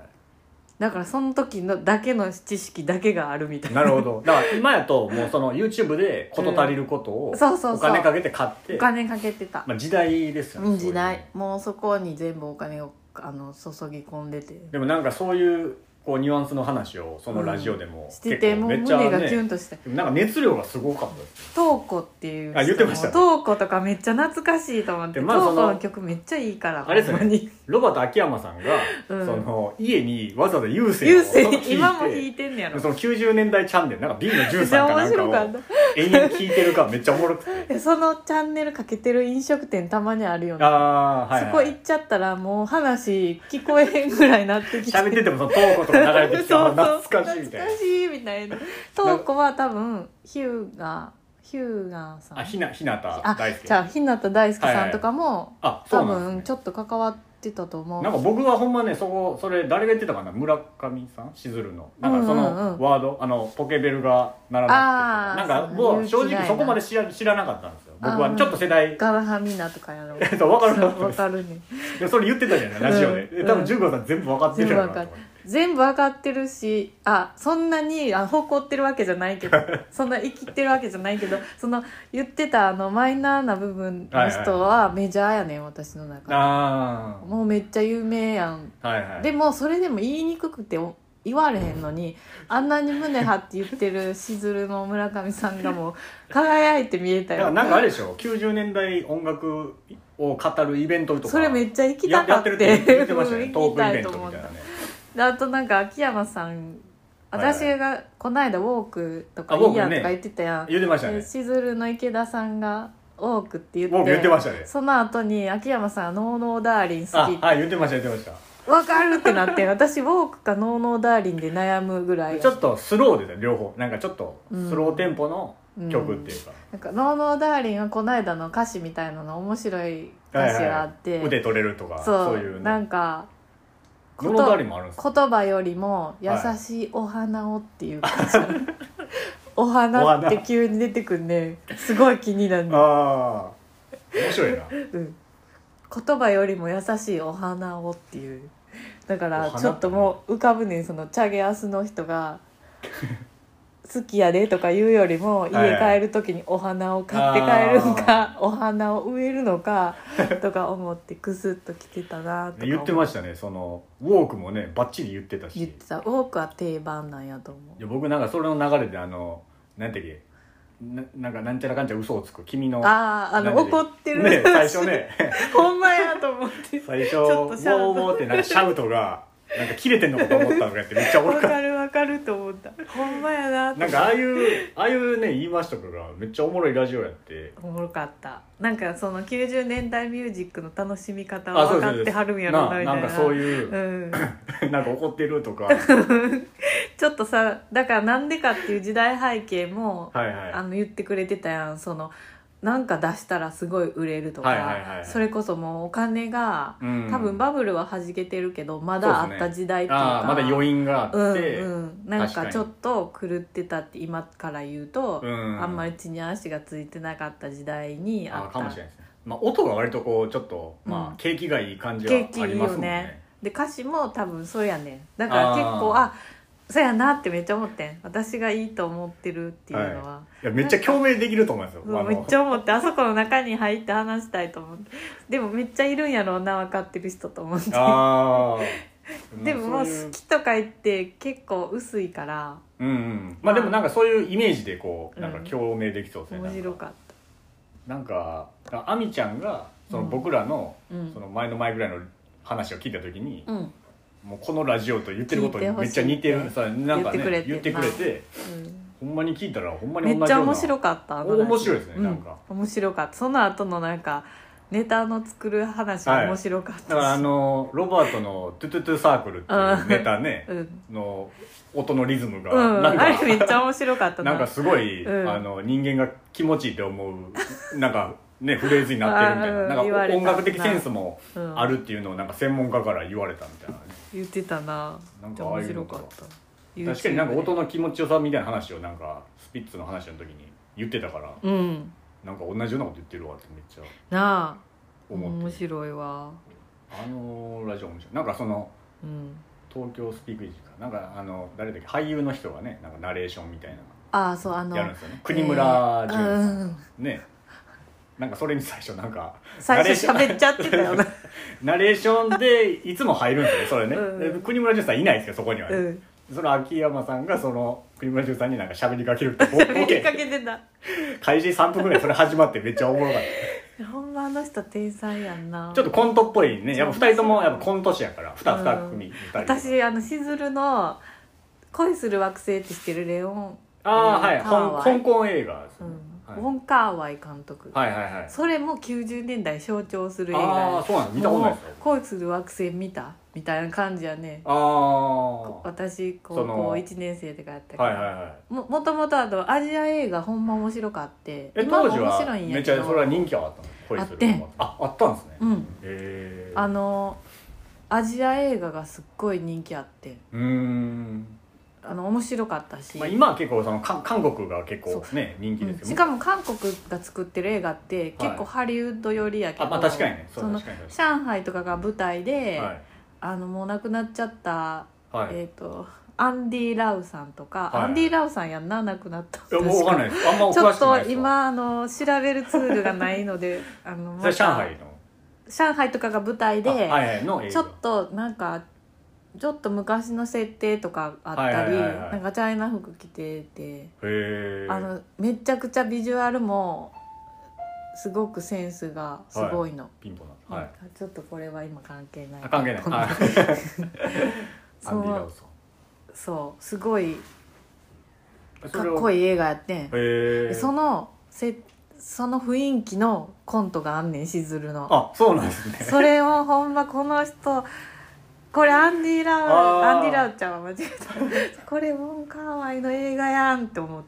[SPEAKER 1] だからその時のだけの知識だけがあるみたい
[SPEAKER 2] い
[SPEAKER 1] な
[SPEAKER 2] なるほどだから今やともうその YouTube で事足りることを
[SPEAKER 1] そうそうそう
[SPEAKER 2] お金かけて買って
[SPEAKER 1] お金かけてた、
[SPEAKER 2] まあ時代ですよね
[SPEAKER 1] うん
[SPEAKER 2] そういう
[SPEAKER 1] 時代もうそこに全部お金をあの注ぎ込んでて
[SPEAKER 2] でもなんかそういうこうニュアンスの話をそのラジオでも
[SPEAKER 1] しててもう
[SPEAKER 2] めっちゃ
[SPEAKER 1] 胸がキュ
[SPEAKER 2] ね
[SPEAKER 1] ンとした
[SPEAKER 2] なんか熱量がすごかったです
[SPEAKER 1] トーコっていう人
[SPEAKER 2] あ言ってましたね
[SPEAKER 1] トーコとかめっちゃ懐かしいと思って、
[SPEAKER 2] でまあ
[SPEAKER 1] トー
[SPEAKER 2] そ
[SPEAKER 1] コ
[SPEAKER 2] の
[SPEAKER 1] の曲めっちゃいいから
[SPEAKER 2] あれですよね
[SPEAKER 1] ほんまに
[SPEAKER 2] ロバート秋山さんが、
[SPEAKER 1] うん
[SPEAKER 2] その家にわざわざ有線を
[SPEAKER 1] 優勢
[SPEAKER 2] その聞いて
[SPEAKER 1] 今も弾いてんねやろ
[SPEAKER 2] その90年代チャンネルなんか B の
[SPEAKER 1] めっちゃ
[SPEAKER 2] 13かな
[SPEAKER 1] 面
[SPEAKER 2] んか
[SPEAKER 1] 白
[SPEAKER 2] を
[SPEAKER 1] かった
[SPEAKER 2] 延々聞いてるからめっちゃおもろくて
[SPEAKER 1] で そのチャンネルかけてる飲食店たまにあるよね
[SPEAKER 2] ああはい、
[SPEAKER 1] そこ
[SPEAKER 2] はい
[SPEAKER 1] 行っちゃったらもう話聞こえへんぐらいなってきて
[SPEAKER 2] 喋っててもそのトーコとか流れてきて
[SPEAKER 1] そうそう
[SPEAKER 2] 懐かしいみたいな
[SPEAKER 1] 懐かしいみたいなトーコは多分ヒューガーヒューガーさん
[SPEAKER 2] あひなひなた
[SPEAKER 1] あ
[SPEAKER 2] 大好き
[SPEAKER 1] じゃあ日向大輔さんとかも、
[SPEAKER 2] あそ
[SPEAKER 1] 多
[SPEAKER 2] うなん
[SPEAKER 1] 分
[SPEAKER 2] です、
[SPEAKER 1] ちょっと関わってたと思
[SPEAKER 2] ね、
[SPEAKER 1] う
[SPEAKER 2] なんか僕はほんまねそこそれ誰が言ってたかな村上さんしずるのなんかそ
[SPEAKER 1] うんうんう
[SPEAKER 2] の
[SPEAKER 1] ん
[SPEAKER 2] ワード、あのポケベルが鳴らなくて
[SPEAKER 1] あー
[SPEAKER 2] なんかもう
[SPEAKER 1] そうね
[SPEAKER 2] 正直そこまで知ら知らなかったんですよ僕
[SPEAKER 1] あー
[SPEAKER 2] はちょっと世代
[SPEAKER 1] ガラハミナとかやろう
[SPEAKER 2] そう分かる
[SPEAKER 1] わかるね
[SPEAKER 2] でもそれ言ってたじゃないラジオで、
[SPEAKER 1] うん
[SPEAKER 2] え多分十五さん全部分かってるやろうなと思って
[SPEAKER 1] 全部わかってるしあそんなにあ誇ってるわけじゃない けどそんな生きてるわけじゃないけどその言ってたあのマイナーな部分の人はメジャーやねん私の中で
[SPEAKER 2] あ
[SPEAKER 1] もうめっちゃ有名やん
[SPEAKER 2] あはいはい
[SPEAKER 1] でもそれでも言いにくくてお言われへんのにあんなに胸張って言ってるしずるの村上さんが もう輝いて見えた
[SPEAKER 2] だから
[SPEAKER 1] よ
[SPEAKER 2] なんかあれでしょ90年代音楽を語るイベントとか
[SPEAKER 1] それめ
[SPEAKER 2] ち
[SPEAKER 1] っちゃ行き
[SPEAKER 2] や
[SPEAKER 1] た
[SPEAKER 2] や
[SPEAKER 1] か
[SPEAKER 2] っ
[SPEAKER 1] ってて
[SPEAKER 2] るって言ってましたよ
[SPEAKER 1] う
[SPEAKER 2] ね
[SPEAKER 1] ん
[SPEAKER 2] ト
[SPEAKER 1] 行き
[SPEAKER 2] ークイ
[SPEAKER 1] た
[SPEAKER 2] ベ
[SPEAKER 1] い
[SPEAKER 2] ン
[SPEAKER 1] と
[SPEAKER 2] トみ
[SPEAKER 1] 思った
[SPEAKER 2] いなね
[SPEAKER 1] であとなんか秋山さん
[SPEAKER 2] はいはい
[SPEAKER 1] 私がこないだウォークとか
[SPEAKER 2] あウォー
[SPEAKER 1] い
[SPEAKER 2] ク
[SPEAKER 1] い
[SPEAKER 2] ね
[SPEAKER 1] やんとか言ってたやん、
[SPEAKER 2] 言ってましたね
[SPEAKER 1] でしずるの池田さんがウォークって言って
[SPEAKER 2] 僕言ってましたね
[SPEAKER 1] その後に秋山さんが「ノーノーダーリン好き」
[SPEAKER 2] ああ言ってました言ってまし
[SPEAKER 1] わかるってなって私ウォークかノーノーダーリンで悩むぐらい
[SPEAKER 2] たちょっとスローですね両方なんかちょっとスローテンポの曲っていうか、
[SPEAKER 1] なんか「ノーノーダーリン」はこの間の歌詞みたいなの面白い歌詞があって、
[SPEAKER 2] 腕取れるとか
[SPEAKER 1] そう
[SPEAKER 2] そういう
[SPEAKER 1] なん
[SPEAKER 2] ね
[SPEAKER 1] か
[SPEAKER 2] 物語りもあるんですか
[SPEAKER 1] 言葉よりも「優しいお花を」っていう感じ、お花って急に出てくんですごい気になる、
[SPEAKER 2] ああ面白いな
[SPEAKER 1] うん言葉よりも優しいお花をっていうだか
[SPEAKER 2] お
[SPEAKER 1] ら
[SPEAKER 2] 花
[SPEAKER 1] ちょっともう浮かぶねんそのチャゲアスの人が「好きやで」とか言うよりも
[SPEAKER 2] はい
[SPEAKER 1] 家帰る時にお花を買って帰るのかお花を植えるのかとか思ってクスッときてたなとか思
[SPEAKER 2] 言ってましたねそのウォークもねバッチリ言ってたし
[SPEAKER 1] 言ってた多くは定番なんやと思う
[SPEAKER 2] いや僕なんかそれの流れであのなんていうっけななんかなんちゃらかんちゃら嘘をつく君の
[SPEAKER 1] あああの
[SPEAKER 2] なんていう
[SPEAKER 1] 怒ってる、
[SPEAKER 2] ね最 初ね
[SPEAKER 1] ほんまやと思って
[SPEAKER 2] 最初「ウ
[SPEAKER 1] ょっ
[SPEAKER 2] ォ
[SPEAKER 1] と
[SPEAKER 2] ー
[SPEAKER 1] シャウト
[SPEAKER 2] ウォー」ってなんかシャウトがなんか切れてんのかと思ったのかやってめっちゃおもろ
[SPEAKER 1] わ
[SPEAKER 2] かっ
[SPEAKER 1] かるわかると思ったほんまやな
[SPEAKER 2] た
[SPEAKER 1] と
[SPEAKER 2] なんかああいうああいうね言い回しとかがめっちゃおもろいラジオやって
[SPEAKER 1] おもろかったなんかその90年代ミュージックの楽しみ方
[SPEAKER 2] あ
[SPEAKER 1] を
[SPEAKER 2] そう
[SPEAKER 1] 分かっ
[SPEAKER 2] です
[SPEAKER 1] てはるんやろな
[SPEAKER 2] な
[SPEAKER 1] みたいな
[SPEAKER 2] なんかそういう、
[SPEAKER 1] うん、
[SPEAKER 2] なんか怒って るとか
[SPEAKER 1] ちょっとさだからなんでかっていう時代背景も、
[SPEAKER 2] はいはい
[SPEAKER 1] あの言ってくれてたやんそのなんか出したらすごい売れるとか、
[SPEAKER 2] はいはいはいはい
[SPEAKER 1] それこそもうお金が、
[SPEAKER 2] うん
[SPEAKER 1] 多分バブルは弾けてるけどまだあった時代と
[SPEAKER 2] あ
[SPEAKER 1] か、
[SPEAKER 2] あまだ余韻が
[SPEAKER 1] う
[SPEAKER 2] あ
[SPEAKER 1] ん
[SPEAKER 2] って、
[SPEAKER 1] うん、なん
[SPEAKER 2] 確か
[SPEAKER 1] か
[SPEAKER 2] に
[SPEAKER 1] ちょっと狂ってたって今から言うと、
[SPEAKER 2] うん
[SPEAKER 1] あんまり地に足がついてなかった時代にあ
[SPEAKER 2] あ
[SPEAKER 1] った
[SPEAKER 2] かもしれないですね、まあ、音が割とこうちょっと、
[SPEAKER 1] う
[SPEAKER 2] まあ
[SPEAKER 1] ん、
[SPEAKER 2] 景気がいい感じは
[SPEAKER 1] 景気い
[SPEAKER 2] あり
[SPEAKER 1] い
[SPEAKER 2] ます
[SPEAKER 1] よ
[SPEAKER 2] もんね
[SPEAKER 1] ねで歌詞も多分そうやねんだから結構
[SPEAKER 2] あ
[SPEAKER 1] あそうやなってめっちゃ思ってん私がいいと思ってるっていうのは、
[SPEAKER 2] いやめっちゃ共鳴できると思いますよ
[SPEAKER 1] うん
[SPEAKER 2] あの
[SPEAKER 1] めっちゃ思ってあそこの中に入って話したいと思ってでもめっちゃいるんやろうな分かってる人と思って
[SPEAKER 2] あー
[SPEAKER 1] でももう
[SPEAKER 2] そい
[SPEAKER 1] 好きとか言って結構薄いから
[SPEAKER 2] うんうんまあでもなんかそういうイメージでこうなんか
[SPEAKER 1] うん
[SPEAKER 2] 共鳴できそうですね、
[SPEAKER 1] 面白
[SPEAKER 2] っ
[SPEAKER 1] かった
[SPEAKER 2] なんかあみちゃんがその
[SPEAKER 1] うん
[SPEAKER 2] 僕らの,、
[SPEAKER 1] たうん
[SPEAKER 2] その前の前ぐらいの話を聞いた時に、
[SPEAKER 1] うん
[SPEAKER 2] もうこのラジオと言ってること
[SPEAKER 1] 聞いて
[SPEAKER 2] に
[SPEAKER 1] ほしい
[SPEAKER 2] めっちゃ似てるさなんか
[SPEAKER 1] 言ってくれ
[SPEAKER 2] ね
[SPEAKER 1] て
[SPEAKER 2] 言ってくれて
[SPEAKER 1] うん
[SPEAKER 2] ほんまに聞いたらほんまに
[SPEAKER 1] め
[SPEAKER 2] 同
[SPEAKER 1] っち
[SPEAKER 2] じよ
[SPEAKER 1] ゃ
[SPEAKER 2] うな
[SPEAKER 1] 面白かったあのラ
[SPEAKER 2] お
[SPEAKER 1] ジオ
[SPEAKER 2] 面白いですねなんか
[SPEAKER 1] うん面白かったその後のなんかネタの作る話も面白かったし、
[SPEAKER 2] だからあのロバートの「トゥトゥトゥサークル」っていうネタね
[SPEAKER 1] うん、
[SPEAKER 2] の音のリズムが
[SPEAKER 1] うん、
[SPEAKER 2] なん
[SPEAKER 1] あれめっ
[SPEAKER 2] か
[SPEAKER 1] ちゃ面白かった
[SPEAKER 2] なんかすごい
[SPEAKER 1] うん
[SPEAKER 2] あの人間が気持ちいいって思うなんかねフレーズになってるみた い
[SPEAKER 1] あーうん
[SPEAKER 2] ななん
[SPEAKER 1] 言われ
[SPEAKER 2] か
[SPEAKER 1] た
[SPEAKER 2] 音楽的センスも
[SPEAKER 1] うん
[SPEAKER 2] あるっていうのをなんか専門家から言われたみたいなね
[SPEAKER 1] 言ってたな
[SPEAKER 2] なんかああいうのか
[SPEAKER 1] 面白
[SPEAKER 2] 確かになんか
[SPEAKER 1] YouTube
[SPEAKER 2] 音の気持ちよさみたいな話をなんかスピッツの話の時に言ってたから
[SPEAKER 1] でうん
[SPEAKER 2] なんか同じようなこと言ってるわってめっちゃ
[SPEAKER 1] なあ
[SPEAKER 2] 思
[SPEAKER 1] 面
[SPEAKER 2] って
[SPEAKER 1] 白いわ
[SPEAKER 2] あのラジオ面白いなんかその
[SPEAKER 1] うん
[SPEAKER 2] 東京スピークイズかなんかあの誰だっけ俳優の人がねなんかナレーションみたいな
[SPEAKER 1] ああそうあ
[SPEAKER 2] の
[SPEAKER 1] の
[SPEAKER 2] やるんですよね国村淳
[SPEAKER 1] え
[SPEAKER 2] さ
[SPEAKER 1] ーうん
[SPEAKER 2] んねなんかそれに最初なんか
[SPEAKER 1] 最初喋っちゃってたよ な
[SPEAKER 2] ナレーションでいつも入るんですよそれね、
[SPEAKER 1] うん
[SPEAKER 2] で国村淳さんいないんですよそこには、
[SPEAKER 1] うん
[SPEAKER 2] その秋山さんがその国村淳さんになんか喋りかけ るってボ
[SPEAKER 1] 喋
[SPEAKER 2] ボ
[SPEAKER 1] りか
[SPEAKER 2] ケ
[SPEAKER 1] けてた
[SPEAKER 2] 開始3分ぐらいそれ始まってめっちゃおもろかっ
[SPEAKER 1] ほんまあの人天才やんな
[SPEAKER 2] たちょっとコントっぽいねやっぱ2人ともやっぱコント師やから2二組2人
[SPEAKER 1] 私あのしずるの「恋する惑星」って知ってるレオン、
[SPEAKER 2] ああはい
[SPEAKER 1] うんタワー
[SPEAKER 2] 香香港映画です
[SPEAKER 1] う
[SPEAKER 2] ね
[SPEAKER 1] ん
[SPEAKER 2] はい
[SPEAKER 1] ウォン・カーワイ監督、
[SPEAKER 2] はいはいはい
[SPEAKER 1] それも90年代象徴する映画
[SPEAKER 2] ああーそうなんです見たことないですよ
[SPEAKER 1] もう恋する惑星見たみたいな感じやね
[SPEAKER 2] ああ
[SPEAKER 1] 私高
[SPEAKER 2] そ
[SPEAKER 1] 校
[SPEAKER 2] の
[SPEAKER 1] 1年生とかやった
[SPEAKER 2] はいはいはい
[SPEAKER 1] ももともとあとアジア映画ほんま面白かって
[SPEAKER 2] え
[SPEAKER 1] 今も
[SPEAKER 2] 当時
[SPEAKER 1] 面白
[SPEAKER 2] はい
[SPEAKER 1] ん
[SPEAKER 2] め
[SPEAKER 1] や
[SPEAKER 2] っ
[SPEAKER 1] け
[SPEAKER 2] ちゃ
[SPEAKER 1] ど
[SPEAKER 2] それは人気はあったの恋する
[SPEAKER 1] あって
[SPEAKER 2] ああったんですね
[SPEAKER 1] うん
[SPEAKER 2] へえ
[SPEAKER 1] あのアジア映画がすっごい人気あって
[SPEAKER 2] うーん、
[SPEAKER 1] あの面白かったし、
[SPEAKER 2] まあ、今は結構その韓韓国が結構
[SPEAKER 1] そ
[SPEAKER 2] ね人気
[SPEAKER 1] う
[SPEAKER 2] で
[SPEAKER 1] ん
[SPEAKER 2] すけど、
[SPEAKER 1] しかも韓国が作ってる映画って結構ハリウッド寄りやけど、
[SPEAKER 2] あまあ確かにねそう
[SPEAKER 1] その
[SPEAKER 2] 確かに確か
[SPEAKER 1] 上海とかが舞台
[SPEAKER 2] に
[SPEAKER 1] で、
[SPEAKER 2] はい
[SPEAKER 1] あのもう亡くなっちゃった、
[SPEAKER 2] はい、
[SPEAKER 1] えっ、とアンディ・ラウさんとか、
[SPEAKER 2] はい
[SPEAKER 1] アンディ・ラウさんやんな亡くなった
[SPEAKER 2] いやもう分かんないですあんまお詳し
[SPEAKER 1] ち
[SPEAKER 2] く
[SPEAKER 1] ょ
[SPEAKER 2] ないで
[SPEAKER 1] っ
[SPEAKER 2] すわ
[SPEAKER 1] と今あの調べるツールがないのであの
[SPEAKER 2] それ上
[SPEAKER 1] ま
[SPEAKER 2] 海
[SPEAKER 1] た上海とかが舞台で、
[SPEAKER 2] のあはいはいの映画
[SPEAKER 1] ちょっとなんかちょっと昔の設定とかあったり、
[SPEAKER 2] はいはいはいはい
[SPEAKER 1] なんかチャイナ服着てて、
[SPEAKER 2] へえ
[SPEAKER 1] あのめちゃくちゃビジュアルもすごくセンスがすごいの、
[SPEAKER 2] ピンポンなんはい
[SPEAKER 1] ちょっとこれは今関係ない
[SPEAKER 2] あ関係ないはい
[SPEAKER 1] そ
[SPEAKER 2] アンディ・ラウ
[SPEAKER 1] う
[SPEAKER 2] ソン
[SPEAKER 1] そうすごいかっこ
[SPEAKER 2] いい
[SPEAKER 1] いい映画やってん
[SPEAKER 2] へ
[SPEAKER 1] で
[SPEAKER 2] え
[SPEAKER 1] そのせその雰囲気のコントがあんねんしずるの
[SPEAKER 2] あそうなんですね
[SPEAKER 1] それをほんまこの人これアンディ・ラウア
[SPEAKER 2] あー
[SPEAKER 1] ンディ・ラウちゃんは間違えたこれウォン・カーワイの映画やんって思っ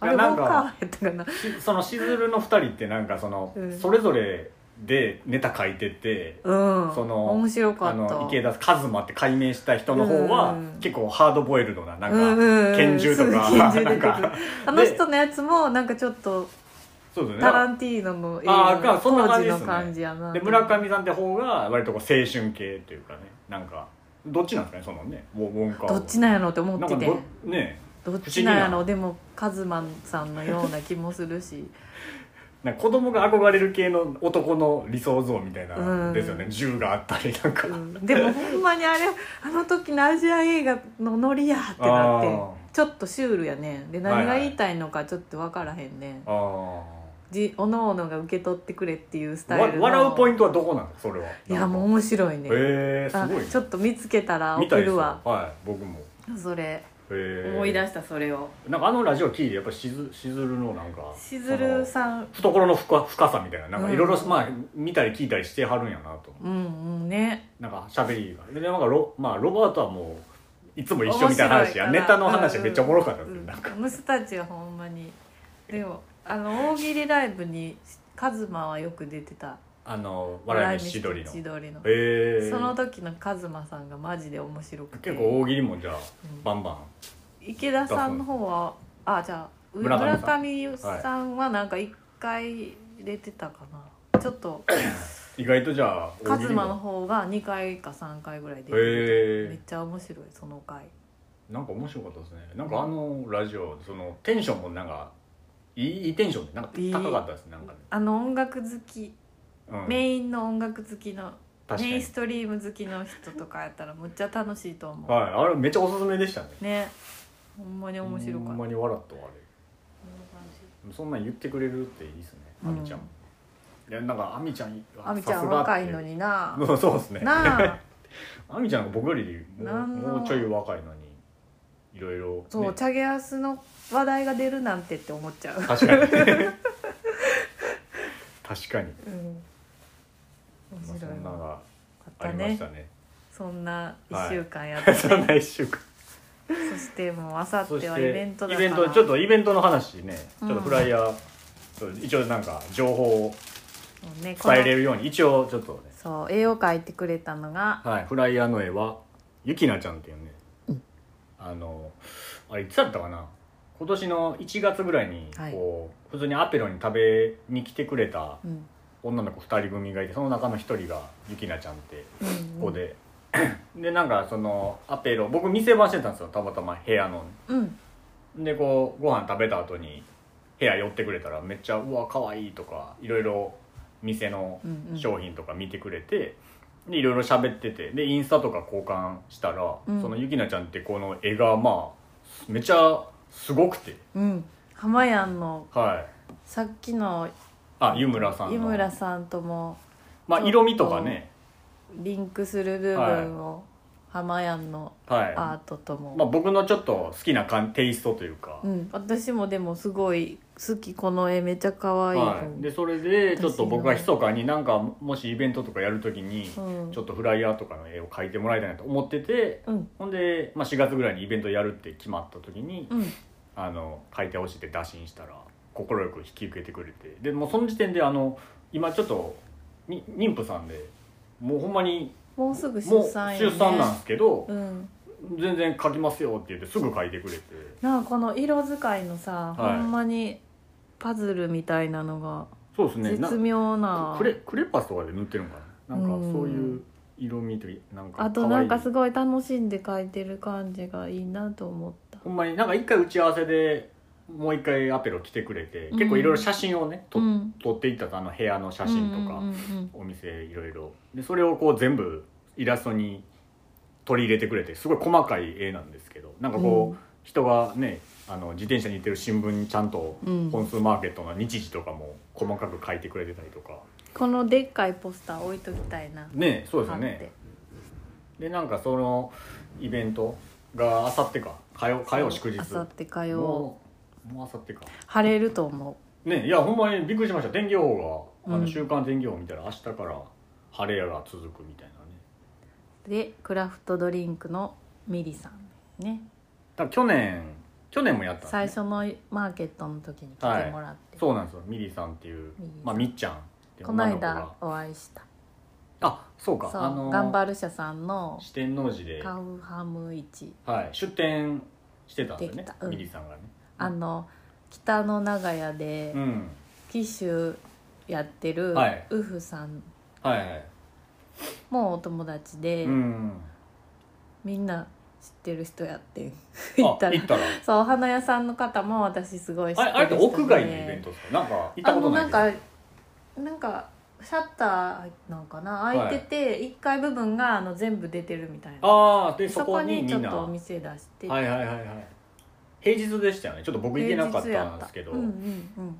[SPEAKER 1] たあれ
[SPEAKER 2] いや
[SPEAKER 1] ウォン・
[SPEAKER 2] なん
[SPEAKER 1] カ
[SPEAKER 2] か
[SPEAKER 1] ーワイやったかな
[SPEAKER 2] しそのしずるの2人ってなんかその、
[SPEAKER 1] うん
[SPEAKER 2] それぞれでネタ書いてて、
[SPEAKER 1] うん
[SPEAKER 2] その
[SPEAKER 1] 面白かっ
[SPEAKER 2] あ
[SPEAKER 1] た
[SPEAKER 2] の池田一馬って解明した人の方は、
[SPEAKER 1] うん
[SPEAKER 2] 結構ハードボイルドななんか、
[SPEAKER 1] うんうんうん
[SPEAKER 2] 拳銃とか
[SPEAKER 1] すぐ拳銃出てく
[SPEAKER 2] なん
[SPEAKER 1] る
[SPEAKER 2] か
[SPEAKER 1] あの人のやつもなんかちょっと
[SPEAKER 2] そうです
[SPEAKER 1] タ
[SPEAKER 2] よ
[SPEAKER 1] ラ
[SPEAKER 2] ね
[SPEAKER 1] ンティーノの映画
[SPEAKER 2] あーか
[SPEAKER 1] の
[SPEAKER 2] そんな
[SPEAKER 1] 当
[SPEAKER 2] 感
[SPEAKER 1] 時
[SPEAKER 2] じです
[SPEAKER 1] の
[SPEAKER 2] ね
[SPEAKER 1] 感じやな
[SPEAKER 2] で村上さんって方が割とこう青春系というかねなんかどっちなんですかねそのねウォウォンカーは
[SPEAKER 1] どっちなんやろって思ってて
[SPEAKER 2] なんかどね
[SPEAKER 1] どっちなんや
[SPEAKER 2] 不思議
[SPEAKER 1] ろ
[SPEAKER 2] な
[SPEAKER 1] でもカズマンさんのような気もするし
[SPEAKER 2] なんか子供が憧れる系の男の理想像みたいな
[SPEAKER 1] うん
[SPEAKER 2] ですよね、銃があったりなんか、
[SPEAKER 1] うんでもほんまにあれあの時のアジア映画のノリやってなって
[SPEAKER 2] あー
[SPEAKER 1] ちょっとシュールやねで何が言いたいのかちょっと分からへんね、
[SPEAKER 2] ああ
[SPEAKER 1] じおのおのが受け取ってくれっていうスタイルの
[SPEAKER 2] 笑うポイ
[SPEAKER 1] ン
[SPEAKER 2] ントはどこなんですかそれはい
[SPEAKER 1] やもう
[SPEAKER 2] う
[SPEAKER 1] 面白いね、
[SPEAKER 2] へえすごいね
[SPEAKER 1] あちょっと見つけたら
[SPEAKER 2] 見た
[SPEAKER 1] 送
[SPEAKER 2] い
[SPEAKER 1] る
[SPEAKER 2] ですよ
[SPEAKER 1] わ
[SPEAKER 2] はい僕も
[SPEAKER 1] それ
[SPEAKER 2] へえ
[SPEAKER 1] 思い出したそれを
[SPEAKER 2] なんかあのラジオ聞いてやっぱしずしずるのなんか
[SPEAKER 1] しずる
[SPEAKER 2] ん
[SPEAKER 1] さん
[SPEAKER 2] 懐の深深さみたいななんかいろいろ
[SPEAKER 1] うん
[SPEAKER 2] まあ見たり聞いたりしてはるんやなと
[SPEAKER 1] うんうんね
[SPEAKER 2] なんか喋りがでなんかロ,、まあ、ロバートはもういつも一緒みたいな話や
[SPEAKER 1] 面白
[SPEAKER 2] ネ
[SPEAKER 1] いか
[SPEAKER 2] タ
[SPEAKER 1] ら
[SPEAKER 2] の話めっちゃおもろかった
[SPEAKER 1] う
[SPEAKER 2] ですよ、
[SPEAKER 1] ん
[SPEAKER 2] なんか
[SPEAKER 1] この人たちはほんまにでもあの大喜利ライブにカズマはよく出てた
[SPEAKER 2] あの笑い飯千鳥の
[SPEAKER 1] 笑い飯千鳥の
[SPEAKER 2] ええ
[SPEAKER 1] その時のカズマさんがマジで面白くて
[SPEAKER 2] 結構大喜利もじゃあ
[SPEAKER 1] うん
[SPEAKER 2] バンバン
[SPEAKER 1] 池田さんの方はあじゃあう
[SPEAKER 2] 村上
[SPEAKER 1] 村
[SPEAKER 2] さ
[SPEAKER 1] 上さんはなんか一回出てたかな、ちょっと
[SPEAKER 2] 意外とじゃあ
[SPEAKER 1] カ
[SPEAKER 2] 大喜
[SPEAKER 1] ズ
[SPEAKER 2] 利
[SPEAKER 1] マの
[SPEAKER 2] も
[SPEAKER 1] 方が2回か3回ぐらい出て
[SPEAKER 2] へ
[SPEAKER 1] る
[SPEAKER 2] ー
[SPEAKER 1] めっちゃ面白いその回
[SPEAKER 2] なんか面白かったですねなんかあのラジオそのテンションもなんかいいいいテンションでなんか
[SPEAKER 1] いい
[SPEAKER 2] 高かったですねなんかね、
[SPEAKER 1] あの音楽好き
[SPEAKER 2] うん、
[SPEAKER 1] メインの音楽好きのメ
[SPEAKER 2] 確か
[SPEAKER 1] イン
[SPEAKER 2] に
[SPEAKER 1] ストリーム好きの人とかやったらむっちゃ楽しいと思う、
[SPEAKER 2] はいあれめっちゃおすすめでしたね
[SPEAKER 1] ねほんまに面白か
[SPEAKER 2] ほ
[SPEAKER 1] っ
[SPEAKER 2] ん
[SPEAKER 1] た
[SPEAKER 2] まに笑ったわあれそんなん言ってくれるっていいですね
[SPEAKER 1] うん
[SPEAKER 2] あみちゃん、いやなんかあみちゃん
[SPEAKER 1] あみちゃ
[SPEAKER 2] さ
[SPEAKER 1] ん
[SPEAKER 2] すがって
[SPEAKER 1] 若いのにな
[SPEAKER 2] うんそうですね
[SPEAKER 1] なあ
[SPEAKER 2] あみちゃんが僕よりもう
[SPEAKER 1] なんの
[SPEAKER 2] もうちょい若いのにいろいろ、ね、
[SPEAKER 1] そう、チャゲアスの話題が出るなんてって思っちゃう、
[SPEAKER 2] 確かに確か
[SPEAKER 1] うん、
[SPEAKER 2] に、まあ
[SPEAKER 1] 面
[SPEAKER 2] そ
[SPEAKER 1] 白い
[SPEAKER 2] んなの
[SPEAKER 1] の
[SPEAKER 2] が
[SPEAKER 1] あっ
[SPEAKER 2] あ
[SPEAKER 1] た
[SPEAKER 2] りまし
[SPEAKER 1] ね
[SPEAKER 2] たね
[SPEAKER 1] そんな
[SPEAKER 2] は
[SPEAKER 1] 1
[SPEAKER 2] い
[SPEAKER 1] 週間やって、
[SPEAKER 2] そんな一週間
[SPEAKER 1] そして もうあさ
[SPEAKER 2] そ
[SPEAKER 1] っ
[SPEAKER 2] してて
[SPEAKER 1] はイベントだから
[SPEAKER 2] イベントちょっとイベントの話ねちょっ
[SPEAKER 1] う
[SPEAKER 2] と
[SPEAKER 1] ん
[SPEAKER 2] フライヤー、そう一応なんか情報を
[SPEAKER 1] もうねこの
[SPEAKER 2] 伝えれるように一応ちょっとね
[SPEAKER 1] そう絵を描いてくれたのが
[SPEAKER 2] はい、フライヤーの絵はゆきなちゃんっていうね、
[SPEAKER 1] うん
[SPEAKER 2] あのあれいつだったかな今年の1月ぐらいに
[SPEAKER 1] はい
[SPEAKER 2] こう、普通にアペロに食べに来てくれた
[SPEAKER 1] うん
[SPEAKER 2] 女の子2人組がいてその中の1人がゆきなちゃんって
[SPEAKER 1] うん
[SPEAKER 2] 子で、でなんかそのアペロ僕店番してたんですよたまたま部屋の
[SPEAKER 1] うん
[SPEAKER 2] でこうご飯食べた後に部屋寄ってくれたらめっちゃ「うわ可愛いとかいろいろ店の
[SPEAKER 1] うんうん
[SPEAKER 2] 商品とか見てくれて、でいろいろ喋っててでインスタとか交換したら、
[SPEAKER 1] うん
[SPEAKER 2] そのゆきなちゃんってこの絵がまあめちゃすごくて
[SPEAKER 1] うん浜やんの
[SPEAKER 2] はい
[SPEAKER 1] さっきの
[SPEAKER 2] あ湯村さんの
[SPEAKER 1] 井村さんとも
[SPEAKER 2] まあ、色味とかね
[SPEAKER 1] リンクする部分を浜やんの
[SPEAKER 2] はい
[SPEAKER 1] アートとも、
[SPEAKER 2] まあ、僕のちょっと好きな感テイストというか、
[SPEAKER 1] うん、私もでもすごい好きこの絵めっちゃ可愛いと
[SPEAKER 2] は
[SPEAKER 1] 思う
[SPEAKER 2] い、でそれでちょっと僕が密かになんかもしイベントとかやるときに、
[SPEAKER 1] うん、
[SPEAKER 2] ちょっとフライヤーとかの絵を描いてもらいたいなと思ってて
[SPEAKER 1] うん
[SPEAKER 2] ほんで、まあ、4月ぐらいにイベントやるって決まった時に、
[SPEAKER 1] うん
[SPEAKER 2] あの書いてほしいって打診したら快く引き受けてくれてでもうその時点であの今ちょっとに妊婦さんでもうほんまに
[SPEAKER 1] もうすぐ
[SPEAKER 2] もう
[SPEAKER 1] 出
[SPEAKER 2] 出
[SPEAKER 1] 産や、ね、
[SPEAKER 2] 産なんですけど、
[SPEAKER 1] うん
[SPEAKER 2] 全然書きますよって言ってすぐ書いてくれて
[SPEAKER 1] なんかこの色使いのさ、
[SPEAKER 2] はい
[SPEAKER 1] ほんまにパズルみたいなのが
[SPEAKER 2] そうですねな
[SPEAKER 1] 絶妙な
[SPEAKER 2] クレクレパスとかで塗ってるのかななん
[SPEAKER 1] う
[SPEAKER 2] か
[SPEAKER 1] ん
[SPEAKER 2] そういう色味というなんか
[SPEAKER 1] あとなんか
[SPEAKER 2] 可愛
[SPEAKER 1] すごい楽しんで描いてる感じがいいなと思った
[SPEAKER 2] ほんまになんか一回打ち合わせでもう一回アペロ来てくれて結構いろいろ写真をね、と
[SPEAKER 1] うん
[SPEAKER 2] 撮っていったとあの部屋の写真とか。
[SPEAKER 1] うんうんうん
[SPEAKER 2] お店いろいろでそれをこう全部イラストに取り入れてくれてすごい細かい絵なんですけどなんかこ
[SPEAKER 1] う
[SPEAKER 2] う、
[SPEAKER 1] ん
[SPEAKER 2] 人がねあの自転車に行ってる新聞にちゃんと
[SPEAKER 1] うん
[SPEAKER 2] 本数マーケットの日時とかも細かく書いてくれてたりとか
[SPEAKER 1] このでっかいポスター置いときたいな
[SPEAKER 2] ねそうですよ
[SPEAKER 1] あって
[SPEAKER 2] ねでなんかそのイベントがあさってか火曜火曜祝日
[SPEAKER 1] あさって火曜
[SPEAKER 2] もうもうあさってか
[SPEAKER 1] 晴れると思
[SPEAKER 2] ねいやほんまにびっくりしました天気予報が、あ
[SPEAKER 1] う
[SPEAKER 2] の
[SPEAKER 1] ん
[SPEAKER 2] 週間天気予報見たら明日から晴れやが続くみたいなね
[SPEAKER 1] うでクラフトドリンクのミリさんね
[SPEAKER 2] だから去年去年もやったんですね
[SPEAKER 1] 最初のマーケットの時に来てもらって、
[SPEAKER 2] そうなんですよミリさんっていう
[SPEAKER 1] ミリさん
[SPEAKER 2] まあ、みっちゃんっていう
[SPEAKER 1] この
[SPEAKER 2] 子
[SPEAKER 1] 間
[SPEAKER 2] が
[SPEAKER 1] お会いした
[SPEAKER 2] あそうか
[SPEAKER 1] そう、
[SPEAKER 2] あの
[SPEAKER 1] 頑張る社さんの
[SPEAKER 2] 四天王寺で、
[SPEAKER 1] カウハム市
[SPEAKER 2] はい、出店してたんですよ
[SPEAKER 1] で
[SPEAKER 2] ね
[SPEAKER 1] きた、うん
[SPEAKER 2] ミリさんがね
[SPEAKER 1] あの北の長屋で
[SPEAKER 2] うん
[SPEAKER 1] 機種やってる
[SPEAKER 2] はい
[SPEAKER 1] ウフさん
[SPEAKER 2] はいはい
[SPEAKER 1] もお友達で、
[SPEAKER 2] うん
[SPEAKER 1] みんな知ってる人や ってん
[SPEAKER 2] あ
[SPEAKER 1] 行ったら
[SPEAKER 2] 行ったら
[SPEAKER 1] そうお花屋さんの方も私すごい知っ
[SPEAKER 2] あ
[SPEAKER 1] てる
[SPEAKER 2] れあれって
[SPEAKER 1] 人で
[SPEAKER 2] 屋外のイベントですかなんか行った
[SPEAKER 1] あ
[SPEAKER 2] こと
[SPEAKER 1] の
[SPEAKER 2] ない
[SPEAKER 1] なんかなんかシャッターなんかな開いてて、一階部分があの全部出てるみたいな
[SPEAKER 2] ああでそ
[SPEAKER 1] そ
[SPEAKER 2] こ
[SPEAKER 1] こ
[SPEAKER 2] に
[SPEAKER 1] に
[SPEAKER 2] み
[SPEAKER 1] ちょ
[SPEAKER 2] ん
[SPEAKER 1] っ
[SPEAKER 2] な
[SPEAKER 1] とお
[SPEAKER 2] は
[SPEAKER 1] 店出して
[SPEAKER 2] いはいはいはい平日でしたよねちょっと僕行けなかったんですけど、
[SPEAKER 1] 平日やったうん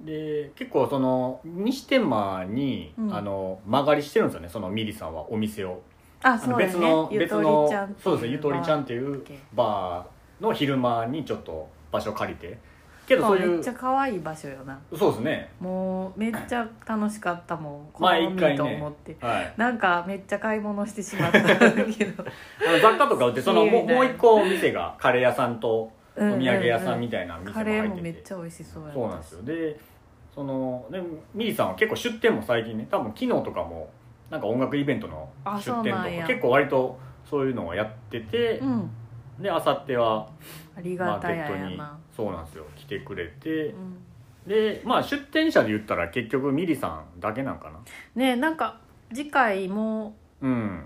[SPEAKER 1] うん
[SPEAKER 2] で結構その西天満に、
[SPEAKER 1] うん
[SPEAKER 2] あの曲がりしてるんですよねそのミリさんはお店を
[SPEAKER 1] うん、あ
[SPEAKER 2] あ
[SPEAKER 1] そ
[SPEAKER 2] の
[SPEAKER 1] うや
[SPEAKER 2] 別の、
[SPEAKER 1] ね、
[SPEAKER 2] 別
[SPEAKER 1] ゆと
[SPEAKER 2] の
[SPEAKER 1] りちゃんってい
[SPEAKER 2] そうですねゆとりちゃん
[SPEAKER 1] ま
[SPEAKER 2] っていう
[SPEAKER 1] け
[SPEAKER 2] バーの昼間にちょっと場所借りてけど
[SPEAKER 1] あ
[SPEAKER 2] そう
[SPEAKER 1] め
[SPEAKER 2] い
[SPEAKER 1] っ
[SPEAKER 2] う
[SPEAKER 1] ちゃ可愛い場所よな
[SPEAKER 2] そうですね
[SPEAKER 1] もうめっちゃ楽しかったもんこ
[SPEAKER 2] まあ
[SPEAKER 1] の
[SPEAKER 2] 一回
[SPEAKER 1] 海
[SPEAKER 2] ね
[SPEAKER 1] と思って、
[SPEAKER 2] はい
[SPEAKER 1] なんかめっちゃ買い物してしまったけど
[SPEAKER 2] あの雑貨とか売ってそのもう
[SPEAKER 1] 好きみたい
[SPEAKER 2] もう一個お店がカレー屋さんと
[SPEAKER 1] うんうんうん
[SPEAKER 2] お土産屋さんみたいな店も
[SPEAKER 1] カ
[SPEAKER 2] 入
[SPEAKER 1] レー
[SPEAKER 2] って
[SPEAKER 1] も
[SPEAKER 2] て
[SPEAKER 1] めっちゃ美味しそうやったし
[SPEAKER 2] そうなんですよでそのでミリさんは結構出店も最近ね多分昨日とかもなんか音楽イベントの
[SPEAKER 1] あ
[SPEAKER 2] 出
[SPEAKER 1] そう
[SPEAKER 2] 店と
[SPEAKER 1] なんや
[SPEAKER 2] か結構割とそういうのをやってて、
[SPEAKER 1] うん
[SPEAKER 2] であさっては
[SPEAKER 1] あり
[SPEAKER 2] マ
[SPEAKER 1] が
[SPEAKER 2] ーケ
[SPEAKER 1] た
[SPEAKER 2] ッ
[SPEAKER 1] や
[SPEAKER 2] ト
[SPEAKER 1] や
[SPEAKER 2] に
[SPEAKER 1] な
[SPEAKER 2] そうなんですよ来てくれて、
[SPEAKER 1] うん
[SPEAKER 2] でまあ出店者で言ったら結局ミリさんだけなんかな
[SPEAKER 1] ねえなんか次回も
[SPEAKER 2] うん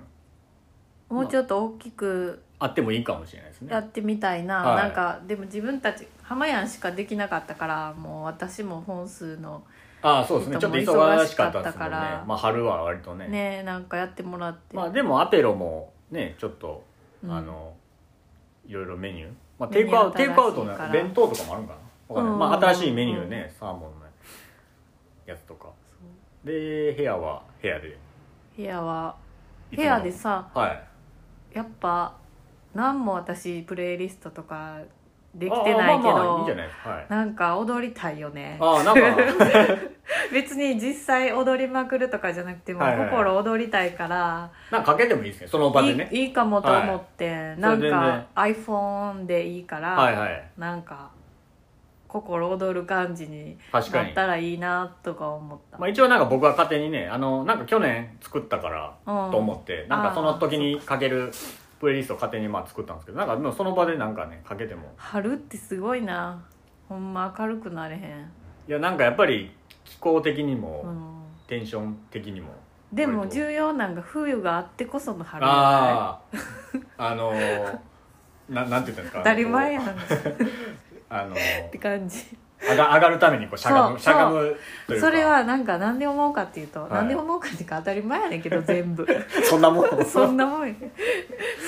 [SPEAKER 1] もうちょっと大きく
[SPEAKER 2] あってもいいかもしれないですね
[SPEAKER 1] やってみたいな、
[SPEAKER 2] はい
[SPEAKER 1] なんかでも自分たち浜やんしかできなかったからもう私も本数の
[SPEAKER 2] ああそうですねち
[SPEAKER 1] ち
[SPEAKER 2] ょ
[SPEAKER 1] ょっ
[SPEAKER 2] っ
[SPEAKER 1] と
[SPEAKER 2] と
[SPEAKER 1] もう
[SPEAKER 2] 忙しかった
[SPEAKER 1] 忙しかっ
[SPEAKER 2] で
[SPEAKER 1] た
[SPEAKER 2] すも
[SPEAKER 1] か
[SPEAKER 2] んね
[SPEAKER 1] ら
[SPEAKER 2] まあ春は割とね
[SPEAKER 1] ねなんかやってもらって、
[SPEAKER 2] まあでもアペロもねちょっと、
[SPEAKER 1] うん
[SPEAKER 2] あのいろいろメニュー、まあ、
[SPEAKER 1] メ
[SPEAKER 2] テ
[SPEAKER 1] ニ
[SPEAKER 2] イ
[SPEAKER 1] ュー
[SPEAKER 2] クアウト
[SPEAKER 1] 新しいから
[SPEAKER 2] テイクアウトの弁当とかもあるんかなわかんないま
[SPEAKER 1] う
[SPEAKER 2] あ
[SPEAKER 1] ん
[SPEAKER 2] 新しいメニューね、サーモンのやつとか
[SPEAKER 1] そう
[SPEAKER 2] で部屋は部屋で
[SPEAKER 1] 部屋はい
[SPEAKER 2] つ
[SPEAKER 1] 部
[SPEAKER 2] もの
[SPEAKER 1] 屋でさ
[SPEAKER 2] はい
[SPEAKER 1] やっぱ何も私プレイリストとかで
[SPEAKER 2] で
[SPEAKER 1] きてないけど
[SPEAKER 2] まあまあいいんじゃないですか、はい、
[SPEAKER 1] なんか踊りたいよね
[SPEAKER 2] ああなん か
[SPEAKER 1] 別に実際踊りまくるとかじゃなくても、
[SPEAKER 2] はいはいはい
[SPEAKER 1] 心踊りたいから
[SPEAKER 2] なんかかけてもいいですねその場
[SPEAKER 1] い
[SPEAKER 2] で
[SPEAKER 1] い,、
[SPEAKER 2] ね
[SPEAKER 1] いいかもと思って、なん
[SPEAKER 2] それで
[SPEAKER 1] か
[SPEAKER 2] ね
[SPEAKER 1] iPhone でいいから、
[SPEAKER 2] はいはい
[SPEAKER 1] なんか心躍る感じに
[SPEAKER 2] 確か
[SPEAKER 1] な
[SPEAKER 2] に
[SPEAKER 1] ったらいいなとか思った、
[SPEAKER 2] まあ、一応なんか僕は勝手にねあのなんか去年作ったから
[SPEAKER 1] うん
[SPEAKER 2] と思って、なんかその時にかけるプレイリストを勝手にまあ作ったんですけどなんかでもその場でなんかねかけても
[SPEAKER 1] 春ってすごいなほんま明るくなれへん、
[SPEAKER 2] いやなんかやっぱり気候的にも、
[SPEAKER 1] うん、
[SPEAKER 2] テンション的にも
[SPEAKER 1] でも
[SPEAKER 2] 割と
[SPEAKER 1] 重要なんが冬があってこその春じゃ
[SPEAKER 2] あああの ー、ななんて言ったんですか
[SPEAKER 1] ない当たり前やんっ
[SPEAKER 2] あの
[SPEAKER 1] て
[SPEAKER 2] ー、
[SPEAKER 1] 感じ
[SPEAKER 2] 上が上がるためにこうしゃが
[SPEAKER 1] そう
[SPEAKER 2] むしゃがむというか
[SPEAKER 1] それはなんか何で思うかっていうと、
[SPEAKER 2] い
[SPEAKER 1] 何で思うかっていうか当たり前やねんけど全部
[SPEAKER 2] そんなもん
[SPEAKER 1] そんなもんや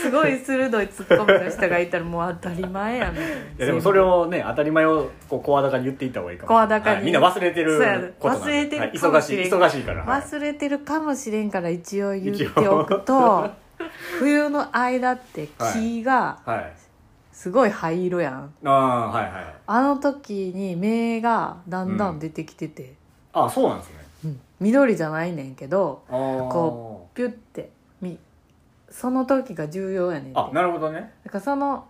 [SPEAKER 1] すごい鋭いツッコミの人がいたらもう当たり前やねん
[SPEAKER 2] いやでもそれをね当たり前をこう声高に言っていった方がいいかも
[SPEAKER 1] 声高に
[SPEAKER 2] はいみんな忘れて
[SPEAKER 1] そうやね
[SPEAKER 2] ることなんで
[SPEAKER 1] 忘れてる
[SPEAKER 2] はい
[SPEAKER 1] かも
[SPEAKER 2] 忙
[SPEAKER 1] し
[SPEAKER 2] し
[SPEAKER 1] れん
[SPEAKER 2] い忙しいから、はい、
[SPEAKER 1] 忘れてるかもしれんから一応言っておく と冬の間って木が
[SPEAKER 2] はい。
[SPEAKER 1] すごい灰色やん
[SPEAKER 2] ああ、はいはい。
[SPEAKER 1] あの時に芽がだんだん出てきてて、
[SPEAKER 2] ああ、そうなんですね。
[SPEAKER 1] うん緑じゃないねんけど
[SPEAKER 2] あー
[SPEAKER 1] こピュってみその時が重要やねんて
[SPEAKER 2] あ、なるほどね。
[SPEAKER 1] だからその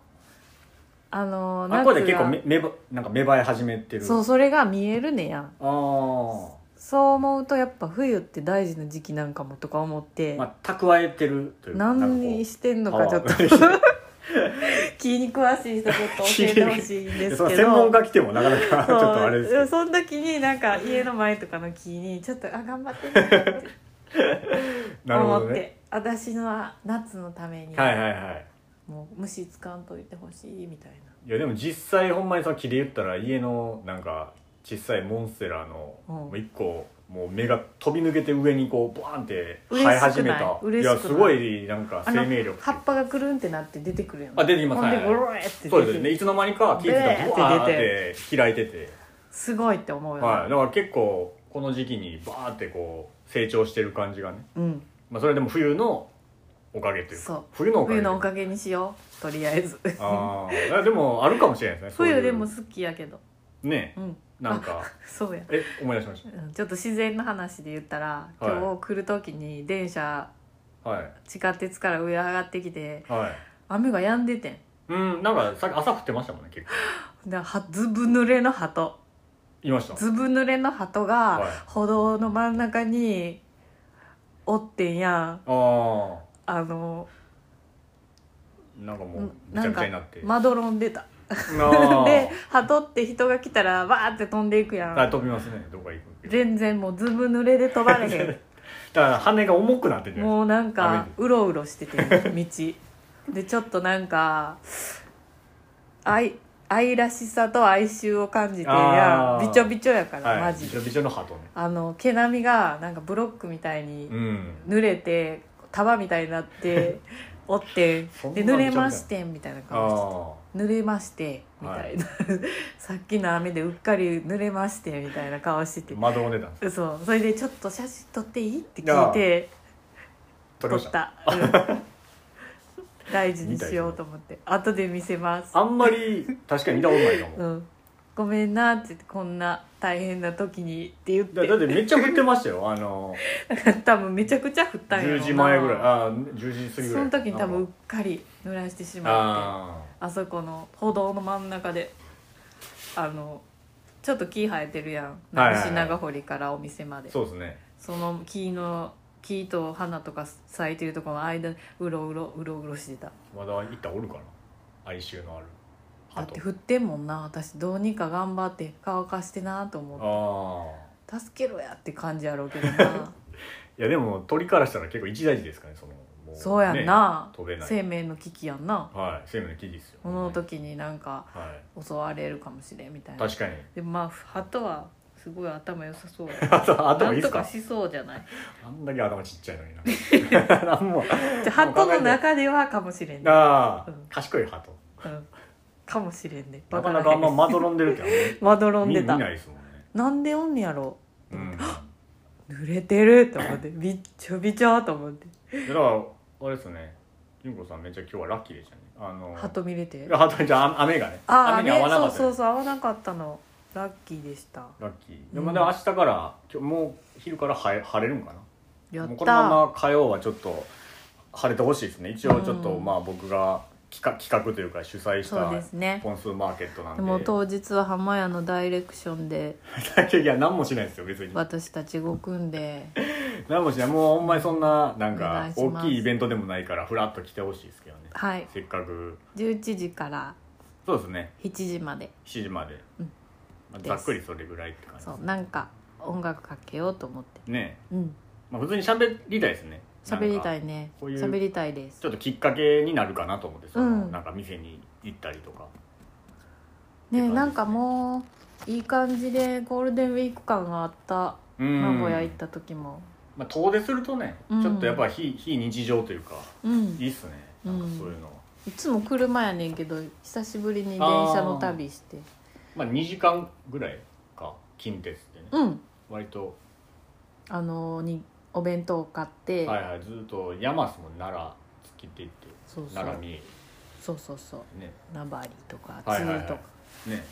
[SPEAKER 1] あの
[SPEAKER 2] あ
[SPEAKER 1] 夏が
[SPEAKER 2] ここで結構め、めば、なんか芽生え始めてる。
[SPEAKER 1] そうそれが見えるねやん
[SPEAKER 2] ああ。
[SPEAKER 1] そう思うとやっぱ冬って大事な時期なんかもとか思って、
[SPEAKER 2] まあ、蓄えてるというか。
[SPEAKER 1] 何にしてんのかちょっと
[SPEAKER 2] と。
[SPEAKER 1] 気に詳しい人ちょっと教えてほしいんですけど
[SPEAKER 2] その専門家来てもなかなかちょっとあれですけ
[SPEAKER 1] そう
[SPEAKER 2] ど。
[SPEAKER 1] その時になんか家の前とかの木にちょっとあ頑張ってねって
[SPEAKER 2] なるほ
[SPEAKER 1] 思っ
[SPEAKER 2] ど
[SPEAKER 1] て、
[SPEAKER 2] ね。
[SPEAKER 1] 私の夏のために、
[SPEAKER 2] はいはいはい。
[SPEAKER 1] もう虫つかんといてほしいみたい
[SPEAKER 2] いやでも実際ほんまにその木で言ったら家のなんか小さいモンステラの
[SPEAKER 1] うん
[SPEAKER 2] もう一個もう目が飛び抜けて上にこうバーンって
[SPEAKER 1] 嬉しく
[SPEAKER 2] 生
[SPEAKER 1] ない
[SPEAKER 2] え始めた
[SPEAKER 1] 嬉しくない
[SPEAKER 2] やすごいなんか
[SPEAKER 1] な
[SPEAKER 2] 生命力
[SPEAKER 1] あの葉っぱがくるんってなって出てくるやん
[SPEAKER 2] あ出てきます
[SPEAKER 1] ほんで
[SPEAKER 2] はい
[SPEAKER 1] ゴロエって
[SPEAKER 2] そう
[SPEAKER 1] 出て
[SPEAKER 2] です
[SPEAKER 1] る
[SPEAKER 2] ねいつの間にか気づいたら
[SPEAKER 1] ブ
[SPEAKER 2] ブ
[SPEAKER 1] ワー
[SPEAKER 2] ワ
[SPEAKER 1] っ
[SPEAKER 2] ー
[SPEAKER 1] て
[SPEAKER 2] って開いてて、
[SPEAKER 1] すごいって思うよね、
[SPEAKER 2] はい、だから結構この時期にバーってこう成長してる感じがね、
[SPEAKER 1] うん
[SPEAKER 2] まあ、それでも冬のおかげという
[SPEAKER 1] そう
[SPEAKER 2] か冬のおかげ
[SPEAKER 1] 冬のおかげにしようとりあえず
[SPEAKER 2] あーいやでもあるかもしれないですねそういう
[SPEAKER 1] 冬でも好きやけど
[SPEAKER 2] ね
[SPEAKER 1] うん
[SPEAKER 2] なんか
[SPEAKER 1] そうや
[SPEAKER 2] え思い出しまし
[SPEAKER 1] うんちょっと自然の話で言ったら
[SPEAKER 2] はい
[SPEAKER 1] 今日来る時に電車
[SPEAKER 2] たはい
[SPEAKER 1] 地下鉄から上上がってきて
[SPEAKER 2] はい
[SPEAKER 1] 雨が止んでてん
[SPEAKER 2] うん、なんかさ朝降ってましたもんね結構
[SPEAKER 1] ではずぶ濡れの鳩
[SPEAKER 2] いました
[SPEAKER 1] ずぶ濡れの鳩
[SPEAKER 2] はい
[SPEAKER 1] が歩道の真ん中におってんやん
[SPEAKER 2] あ
[SPEAKER 1] あの
[SPEAKER 2] あなんかも
[SPEAKER 1] うん
[SPEAKER 2] うぐちゃぐちゃになって
[SPEAKER 1] まどろんでた
[SPEAKER 2] あー
[SPEAKER 1] で鳩って人が来たらわーって飛んでいくや
[SPEAKER 2] あ
[SPEAKER 1] ん
[SPEAKER 2] 飛びますねどっか行く
[SPEAKER 1] 全然もうずぶ濡れで飛ばれへ
[SPEAKER 2] だから羽が重くなってる
[SPEAKER 1] ん
[SPEAKER 2] じゃない
[SPEAKER 1] もうなんかうろうろして て道でちょっとなんか愛愛らしさと哀愁を感じてやん
[SPEAKER 2] あー
[SPEAKER 1] びちょびちょやから、
[SPEAKER 2] はい
[SPEAKER 1] マジ
[SPEAKER 2] び
[SPEAKER 1] で
[SPEAKER 2] ちょびちょの鳩ね
[SPEAKER 1] あの毛並みがなんかブロックみたいに
[SPEAKER 2] うん
[SPEAKER 1] 濡れて束みたいになって おってん
[SPEAKER 2] そんな
[SPEAKER 1] で濡れましてんみたいな
[SPEAKER 2] ああ
[SPEAKER 1] 感じで濡れましてみたいな、 さっきの雨でうっかり濡れましてみたいな顔して
[SPEAKER 2] ー窓を出たんです
[SPEAKER 1] てそうそれでちょっと写真撮っていいって聞いて
[SPEAKER 2] 撮
[SPEAKER 1] 撮
[SPEAKER 2] りま
[SPEAKER 1] っ
[SPEAKER 2] した
[SPEAKER 1] た、うん 大事にしようと思って後で見せます
[SPEAKER 2] あんまり確かに見たことないかも、
[SPEAKER 1] うんごめんな」って言ってこんな大変な時にって言っ
[SPEAKER 2] だ
[SPEAKER 1] て
[SPEAKER 2] だってめっちゃ降ってましたよ あの
[SPEAKER 1] 多分めちゃくちゃ振ったんやろう
[SPEAKER 2] 10
[SPEAKER 1] な
[SPEAKER 2] 時前ぐらいあ10時過ぎぐ
[SPEAKER 1] そ
[SPEAKER 2] らい
[SPEAKER 1] の時に多分うっかり濡らしてしまって
[SPEAKER 2] あ
[SPEAKER 1] あそこの歩道の真ん中であのちょっと木生えてるやん
[SPEAKER 2] はいはいはい
[SPEAKER 1] 西長堀からお店ま
[SPEAKER 2] あ
[SPEAKER 1] で
[SPEAKER 2] そうですね
[SPEAKER 1] その木の木と花とか咲いてるところの間うろうろうろうろしてた
[SPEAKER 2] まだ行ったおるかな哀愁のある
[SPEAKER 1] だって降ってんもんな私どうにか頑張って乾かしてなと思っ
[SPEAKER 2] ああ
[SPEAKER 1] て助けろやって感じやろうけど な
[SPEAKER 2] いやでも鳥からしたら結構一大事ですかねそのも
[SPEAKER 1] そうやんな
[SPEAKER 2] ね、飛べない
[SPEAKER 1] 生命の危機やんな
[SPEAKER 2] はい生命の危機ですよ
[SPEAKER 1] この時になんか
[SPEAKER 2] は
[SPEAKER 1] 襲われるかもしれんみたい
[SPEAKER 2] い
[SPEAKER 1] な
[SPEAKER 2] 確かに
[SPEAKER 1] でもまあ鳩はすごい頭良さそう
[SPEAKER 2] あと
[SPEAKER 1] な
[SPEAKER 2] 頭いい
[SPEAKER 1] ん
[SPEAKER 2] で
[SPEAKER 1] と
[SPEAKER 2] すか
[SPEAKER 1] かしそうじゃない
[SPEAKER 2] あんだけ頭ちっちゃいのに ななんも
[SPEAKER 1] じゃあ鳩の中ではかもしれんね、
[SPEAKER 2] ああ
[SPEAKER 1] うん
[SPEAKER 2] 賢い鳩
[SPEAKER 1] うん、かもしれんね
[SPEAKER 2] なかなかあんままどろんでるってあ
[SPEAKER 1] まどろ
[SPEAKER 2] んま
[SPEAKER 1] ん
[SPEAKER 2] 見
[SPEAKER 1] で
[SPEAKER 2] 見な
[SPEAKER 1] た
[SPEAKER 2] いですもんね
[SPEAKER 1] なんでおんねやろ
[SPEAKER 2] うん
[SPEAKER 1] 濡れてると思ってびっちょびちょと思って
[SPEAKER 2] だからあれですよね純子さんめっちゃ今日はラッキーでしたねあの
[SPEAKER 1] 鳩見れて
[SPEAKER 2] 鳩じゃあ雨がね
[SPEAKER 1] あ
[SPEAKER 2] 雨に合わなかったです
[SPEAKER 1] そうそうそう合わなかったのラッキーでした
[SPEAKER 2] ラッキーでもね明日から今日もう昼から晴れ晴れるんかな
[SPEAKER 1] やっ
[SPEAKER 2] もうこのま
[SPEAKER 1] た
[SPEAKER 2] ま火曜はちょっと晴れてほしいですね一応ちょっと、
[SPEAKER 1] うん
[SPEAKER 2] まあ僕が企画企画というか主催し
[SPEAKER 1] そう
[SPEAKER 2] た
[SPEAKER 1] ですね
[SPEAKER 2] ポンスマーケットなん
[SPEAKER 1] で
[SPEAKER 2] で
[SPEAKER 1] も当日は浜屋のダイレクションで
[SPEAKER 2] いや何もしないですよ別に
[SPEAKER 1] 私たちご組んで
[SPEAKER 2] 何もしないもうほんまにそんななん
[SPEAKER 1] お願
[SPEAKER 2] か
[SPEAKER 1] いし
[SPEAKER 2] 大
[SPEAKER 1] ます
[SPEAKER 2] きいイベントでもないからふらっと来てほしいですけどね
[SPEAKER 1] はい
[SPEAKER 2] せっかく
[SPEAKER 1] 11時から
[SPEAKER 2] そうですね
[SPEAKER 1] 7時まで
[SPEAKER 2] 7時まで、
[SPEAKER 1] うん
[SPEAKER 2] まあ
[SPEAKER 1] です
[SPEAKER 2] ざっくりそれぐらいって感じで
[SPEAKER 1] そ
[SPEAKER 2] す
[SPEAKER 1] うなんか音楽かけようと思って
[SPEAKER 2] ね
[SPEAKER 1] うん
[SPEAKER 2] まあ、普通に喋りたいですね
[SPEAKER 1] 喋りた
[SPEAKER 2] なんか
[SPEAKER 1] いね
[SPEAKER 2] こういう
[SPEAKER 1] 喋りたいです
[SPEAKER 2] ちょっときっかけになるかなと思ってその、
[SPEAKER 1] うん
[SPEAKER 2] なんか店に行ったりとか
[SPEAKER 1] ねなんかもういい感じでゴールデンウィーク感があった
[SPEAKER 2] うん
[SPEAKER 1] 名古屋行った時も
[SPEAKER 2] まあ、遠出するとね、
[SPEAKER 1] うん
[SPEAKER 2] ちょっとやっぱ非非日常というか
[SPEAKER 1] うん
[SPEAKER 2] いいっすねなんかそういうの、
[SPEAKER 1] いつも車やねんけど久しぶりに電車の旅して
[SPEAKER 2] まあ2時間ぐらいか近鉄でね、
[SPEAKER 1] うん
[SPEAKER 2] 割と
[SPEAKER 1] あのにお弁当を買って、
[SPEAKER 2] はいはいずっと山っすもん奈良突きっていって
[SPEAKER 1] そうそう
[SPEAKER 2] 奈良に
[SPEAKER 1] そうそうそう
[SPEAKER 2] ね
[SPEAKER 1] 名張とか
[SPEAKER 2] は
[SPEAKER 1] 津
[SPEAKER 2] いはいはい
[SPEAKER 1] とか、
[SPEAKER 2] ね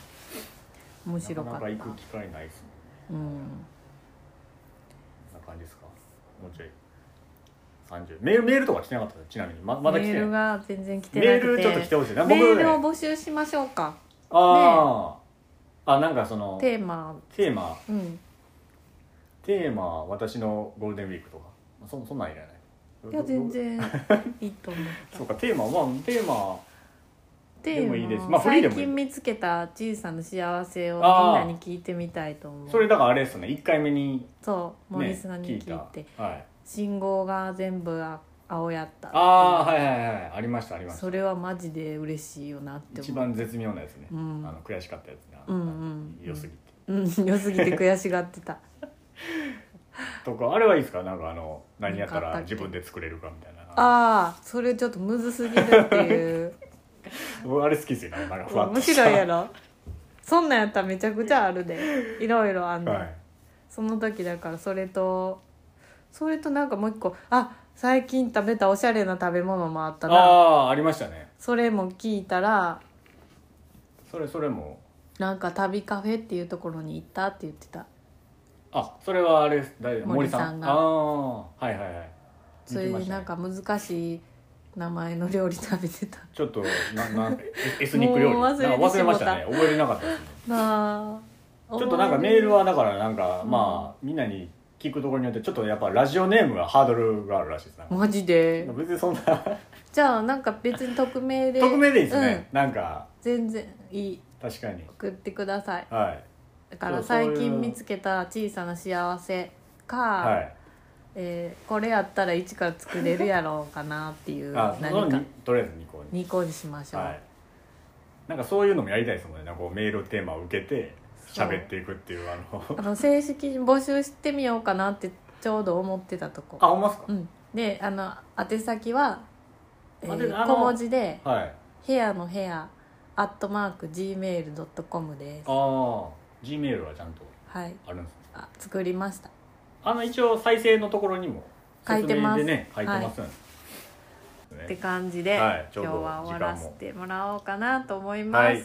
[SPEAKER 1] 面白か
[SPEAKER 2] な
[SPEAKER 1] っ
[SPEAKER 2] か
[SPEAKER 1] た
[SPEAKER 2] なか行く機会ないっすもん
[SPEAKER 1] う
[SPEAKER 2] ね
[SPEAKER 1] ん
[SPEAKER 2] こんな感じですかもうちょい30メールメールとか来てなかったちなみにままだ来て
[SPEAKER 1] メール
[SPEAKER 2] ない
[SPEAKER 1] が全然来て
[SPEAKER 2] メ
[SPEAKER 1] な
[SPEAKER 2] ー
[SPEAKER 1] く
[SPEAKER 2] ル
[SPEAKER 1] て
[SPEAKER 2] ちょっと来てほしいな僕
[SPEAKER 1] メールを
[SPEAKER 2] ね
[SPEAKER 1] 募集しましょうか
[SPEAKER 2] あああなんかその
[SPEAKER 1] テーマ
[SPEAKER 2] テーマ
[SPEAKER 1] うん
[SPEAKER 2] テーマ私のゴールデンウィークとかそそんなんいらない
[SPEAKER 1] いや全然いいと思った
[SPEAKER 2] そうかテーマはまあテーマ
[SPEAKER 1] テ
[SPEAKER 2] でもいいで
[SPEAKER 1] ー
[SPEAKER 2] す
[SPEAKER 1] マ
[SPEAKER 2] まあフリーで
[SPEAKER 1] 最
[SPEAKER 2] もいい
[SPEAKER 1] 近見つけた小さな幸せをみん
[SPEAKER 2] あー
[SPEAKER 1] なに聞いてみたいと思う
[SPEAKER 2] それだからあれですよね1回目に、
[SPEAKER 1] そう
[SPEAKER 2] ね、
[SPEAKER 1] 森さんに聞いて
[SPEAKER 2] たはい
[SPEAKER 1] 信号が全部あ青やった
[SPEAKER 2] ああはいはいはいありましたありました
[SPEAKER 1] それはマジで嬉しいよなって
[SPEAKER 2] 一
[SPEAKER 1] 思う
[SPEAKER 2] 番絶妙なやつね、
[SPEAKER 1] うん
[SPEAKER 2] あの悔しかったやつね、
[SPEAKER 1] うんうん
[SPEAKER 2] 良すぎて
[SPEAKER 1] うん良すぎて悔しがってた
[SPEAKER 2] とかあれはいいですかなんかあの何やった
[SPEAKER 1] なんかあ
[SPEAKER 2] ら
[SPEAKER 1] ったっけ
[SPEAKER 2] 自分で作れるかみたいなあ
[SPEAKER 1] ああそれちょっとむずすぎるっていう
[SPEAKER 2] あれ好きですよなんか ふわっ
[SPEAKER 1] 面
[SPEAKER 2] とした
[SPEAKER 1] 白いやろそんなんやったらめちゃくちゃあるでいろいろあんねん、
[SPEAKER 2] はい
[SPEAKER 1] その時だからそれとそれとなんかもう一個あ最近食べたおしゃれな食べ物もあった
[SPEAKER 2] あ
[SPEAKER 1] な
[SPEAKER 2] あーありましたね
[SPEAKER 1] それも聞いたら
[SPEAKER 2] それそれも
[SPEAKER 1] なんか旅カフェっていうところに行ったって言ってた
[SPEAKER 2] あそれはあれです誰
[SPEAKER 1] 森
[SPEAKER 2] 森
[SPEAKER 1] さ
[SPEAKER 2] さん
[SPEAKER 1] んが
[SPEAKER 2] ああはいはいはい
[SPEAKER 1] それ
[SPEAKER 2] 見てま
[SPEAKER 1] で
[SPEAKER 2] したね
[SPEAKER 1] なんか難しい名前の料理食べて た
[SPEAKER 2] ちょっとななんエスニック料 理
[SPEAKER 1] もう忘れて
[SPEAKER 2] なんか忘れまし
[SPEAKER 1] しも
[SPEAKER 2] た
[SPEAKER 1] う
[SPEAKER 2] ね覚えれなかったですね
[SPEAKER 1] なあ
[SPEAKER 2] ちょっとなんかメールはだからなんか、
[SPEAKER 1] うん
[SPEAKER 2] まあみんなに聞くところによってちょっとやっぱラジオネームはハードルがあるらしいですなんか
[SPEAKER 1] マジで
[SPEAKER 2] 別にそんな
[SPEAKER 1] じゃあなんか別に匿名で
[SPEAKER 2] 匿名でいいですね、なんか
[SPEAKER 1] うん、全然いい
[SPEAKER 2] 確かに
[SPEAKER 1] 送ってください
[SPEAKER 2] はい
[SPEAKER 1] だから
[SPEAKER 2] そうそうい
[SPEAKER 1] 最
[SPEAKER 2] う
[SPEAKER 1] 近見つけた小さな幸せか、
[SPEAKER 2] はい
[SPEAKER 1] えーこれやったら一から作れるやろうかなっていう
[SPEAKER 2] あその
[SPEAKER 1] 何か
[SPEAKER 2] にとりあえず2個に
[SPEAKER 1] 2個にしましょう、
[SPEAKER 2] はいなんかそういうのもやりたいですもんねなんかこうメールテーマを受けて喋っていくっていうあの
[SPEAKER 1] あの正式に募集してみようかなってちょうど思ってたとこ
[SPEAKER 2] あほんまっすか
[SPEAKER 1] う、ん、であの宛先は、え
[SPEAKER 2] あで
[SPEAKER 1] ー
[SPEAKER 2] あの
[SPEAKER 1] 小文字で
[SPEAKER 2] はい
[SPEAKER 1] 「部屋の部屋」「アットマーク Gmail.com」です
[SPEAKER 2] ああ G メールはちゃんと
[SPEAKER 1] はい
[SPEAKER 2] あるんですね
[SPEAKER 1] あ作りました
[SPEAKER 2] あの一応再生のところにも
[SPEAKER 1] 書いてます
[SPEAKER 2] 説明でね書いてますよね、
[SPEAKER 1] って感じで、
[SPEAKER 2] はいちょ
[SPEAKER 1] 今
[SPEAKER 2] う
[SPEAKER 1] 日
[SPEAKER 2] ど
[SPEAKER 1] は終わら
[SPEAKER 2] 時間
[SPEAKER 1] せ
[SPEAKER 2] も
[SPEAKER 1] てもらおうかなと思います、
[SPEAKER 2] はい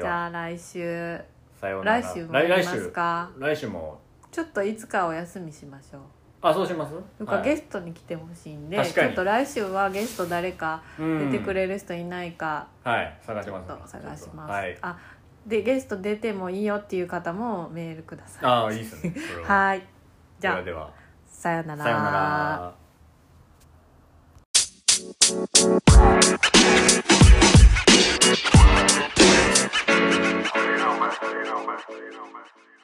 [SPEAKER 1] じ
[SPEAKER 2] は
[SPEAKER 1] ゃあ来週
[SPEAKER 2] さようなら
[SPEAKER 1] 来週も
[SPEAKER 2] 来
[SPEAKER 1] や
[SPEAKER 2] 来
[SPEAKER 1] ります
[SPEAKER 2] 週
[SPEAKER 1] か
[SPEAKER 2] 来週も
[SPEAKER 1] ちょっといつかお休みしましょう
[SPEAKER 2] あそうします
[SPEAKER 1] とか、
[SPEAKER 2] はい
[SPEAKER 1] ゲストに来てほしいんで
[SPEAKER 2] 確
[SPEAKER 1] ち
[SPEAKER 2] か
[SPEAKER 1] ょ
[SPEAKER 2] に
[SPEAKER 1] っと来週はゲスト誰か出てくれる人いないか、
[SPEAKER 2] うんはい探し
[SPEAKER 1] ちょ
[SPEAKER 2] ま
[SPEAKER 1] っ
[SPEAKER 2] す
[SPEAKER 1] と探し
[SPEAKER 2] ちょっと
[SPEAKER 1] ます、
[SPEAKER 2] はい
[SPEAKER 1] あでゲスト出てもいいよっていう方もメールください
[SPEAKER 2] ああいいですねそれは
[SPEAKER 1] はいじゃあ
[SPEAKER 2] では
[SPEAKER 1] さよな
[SPEAKER 2] ではさようなら
[SPEAKER 3] They don't mess, they don't mess, they don't mess.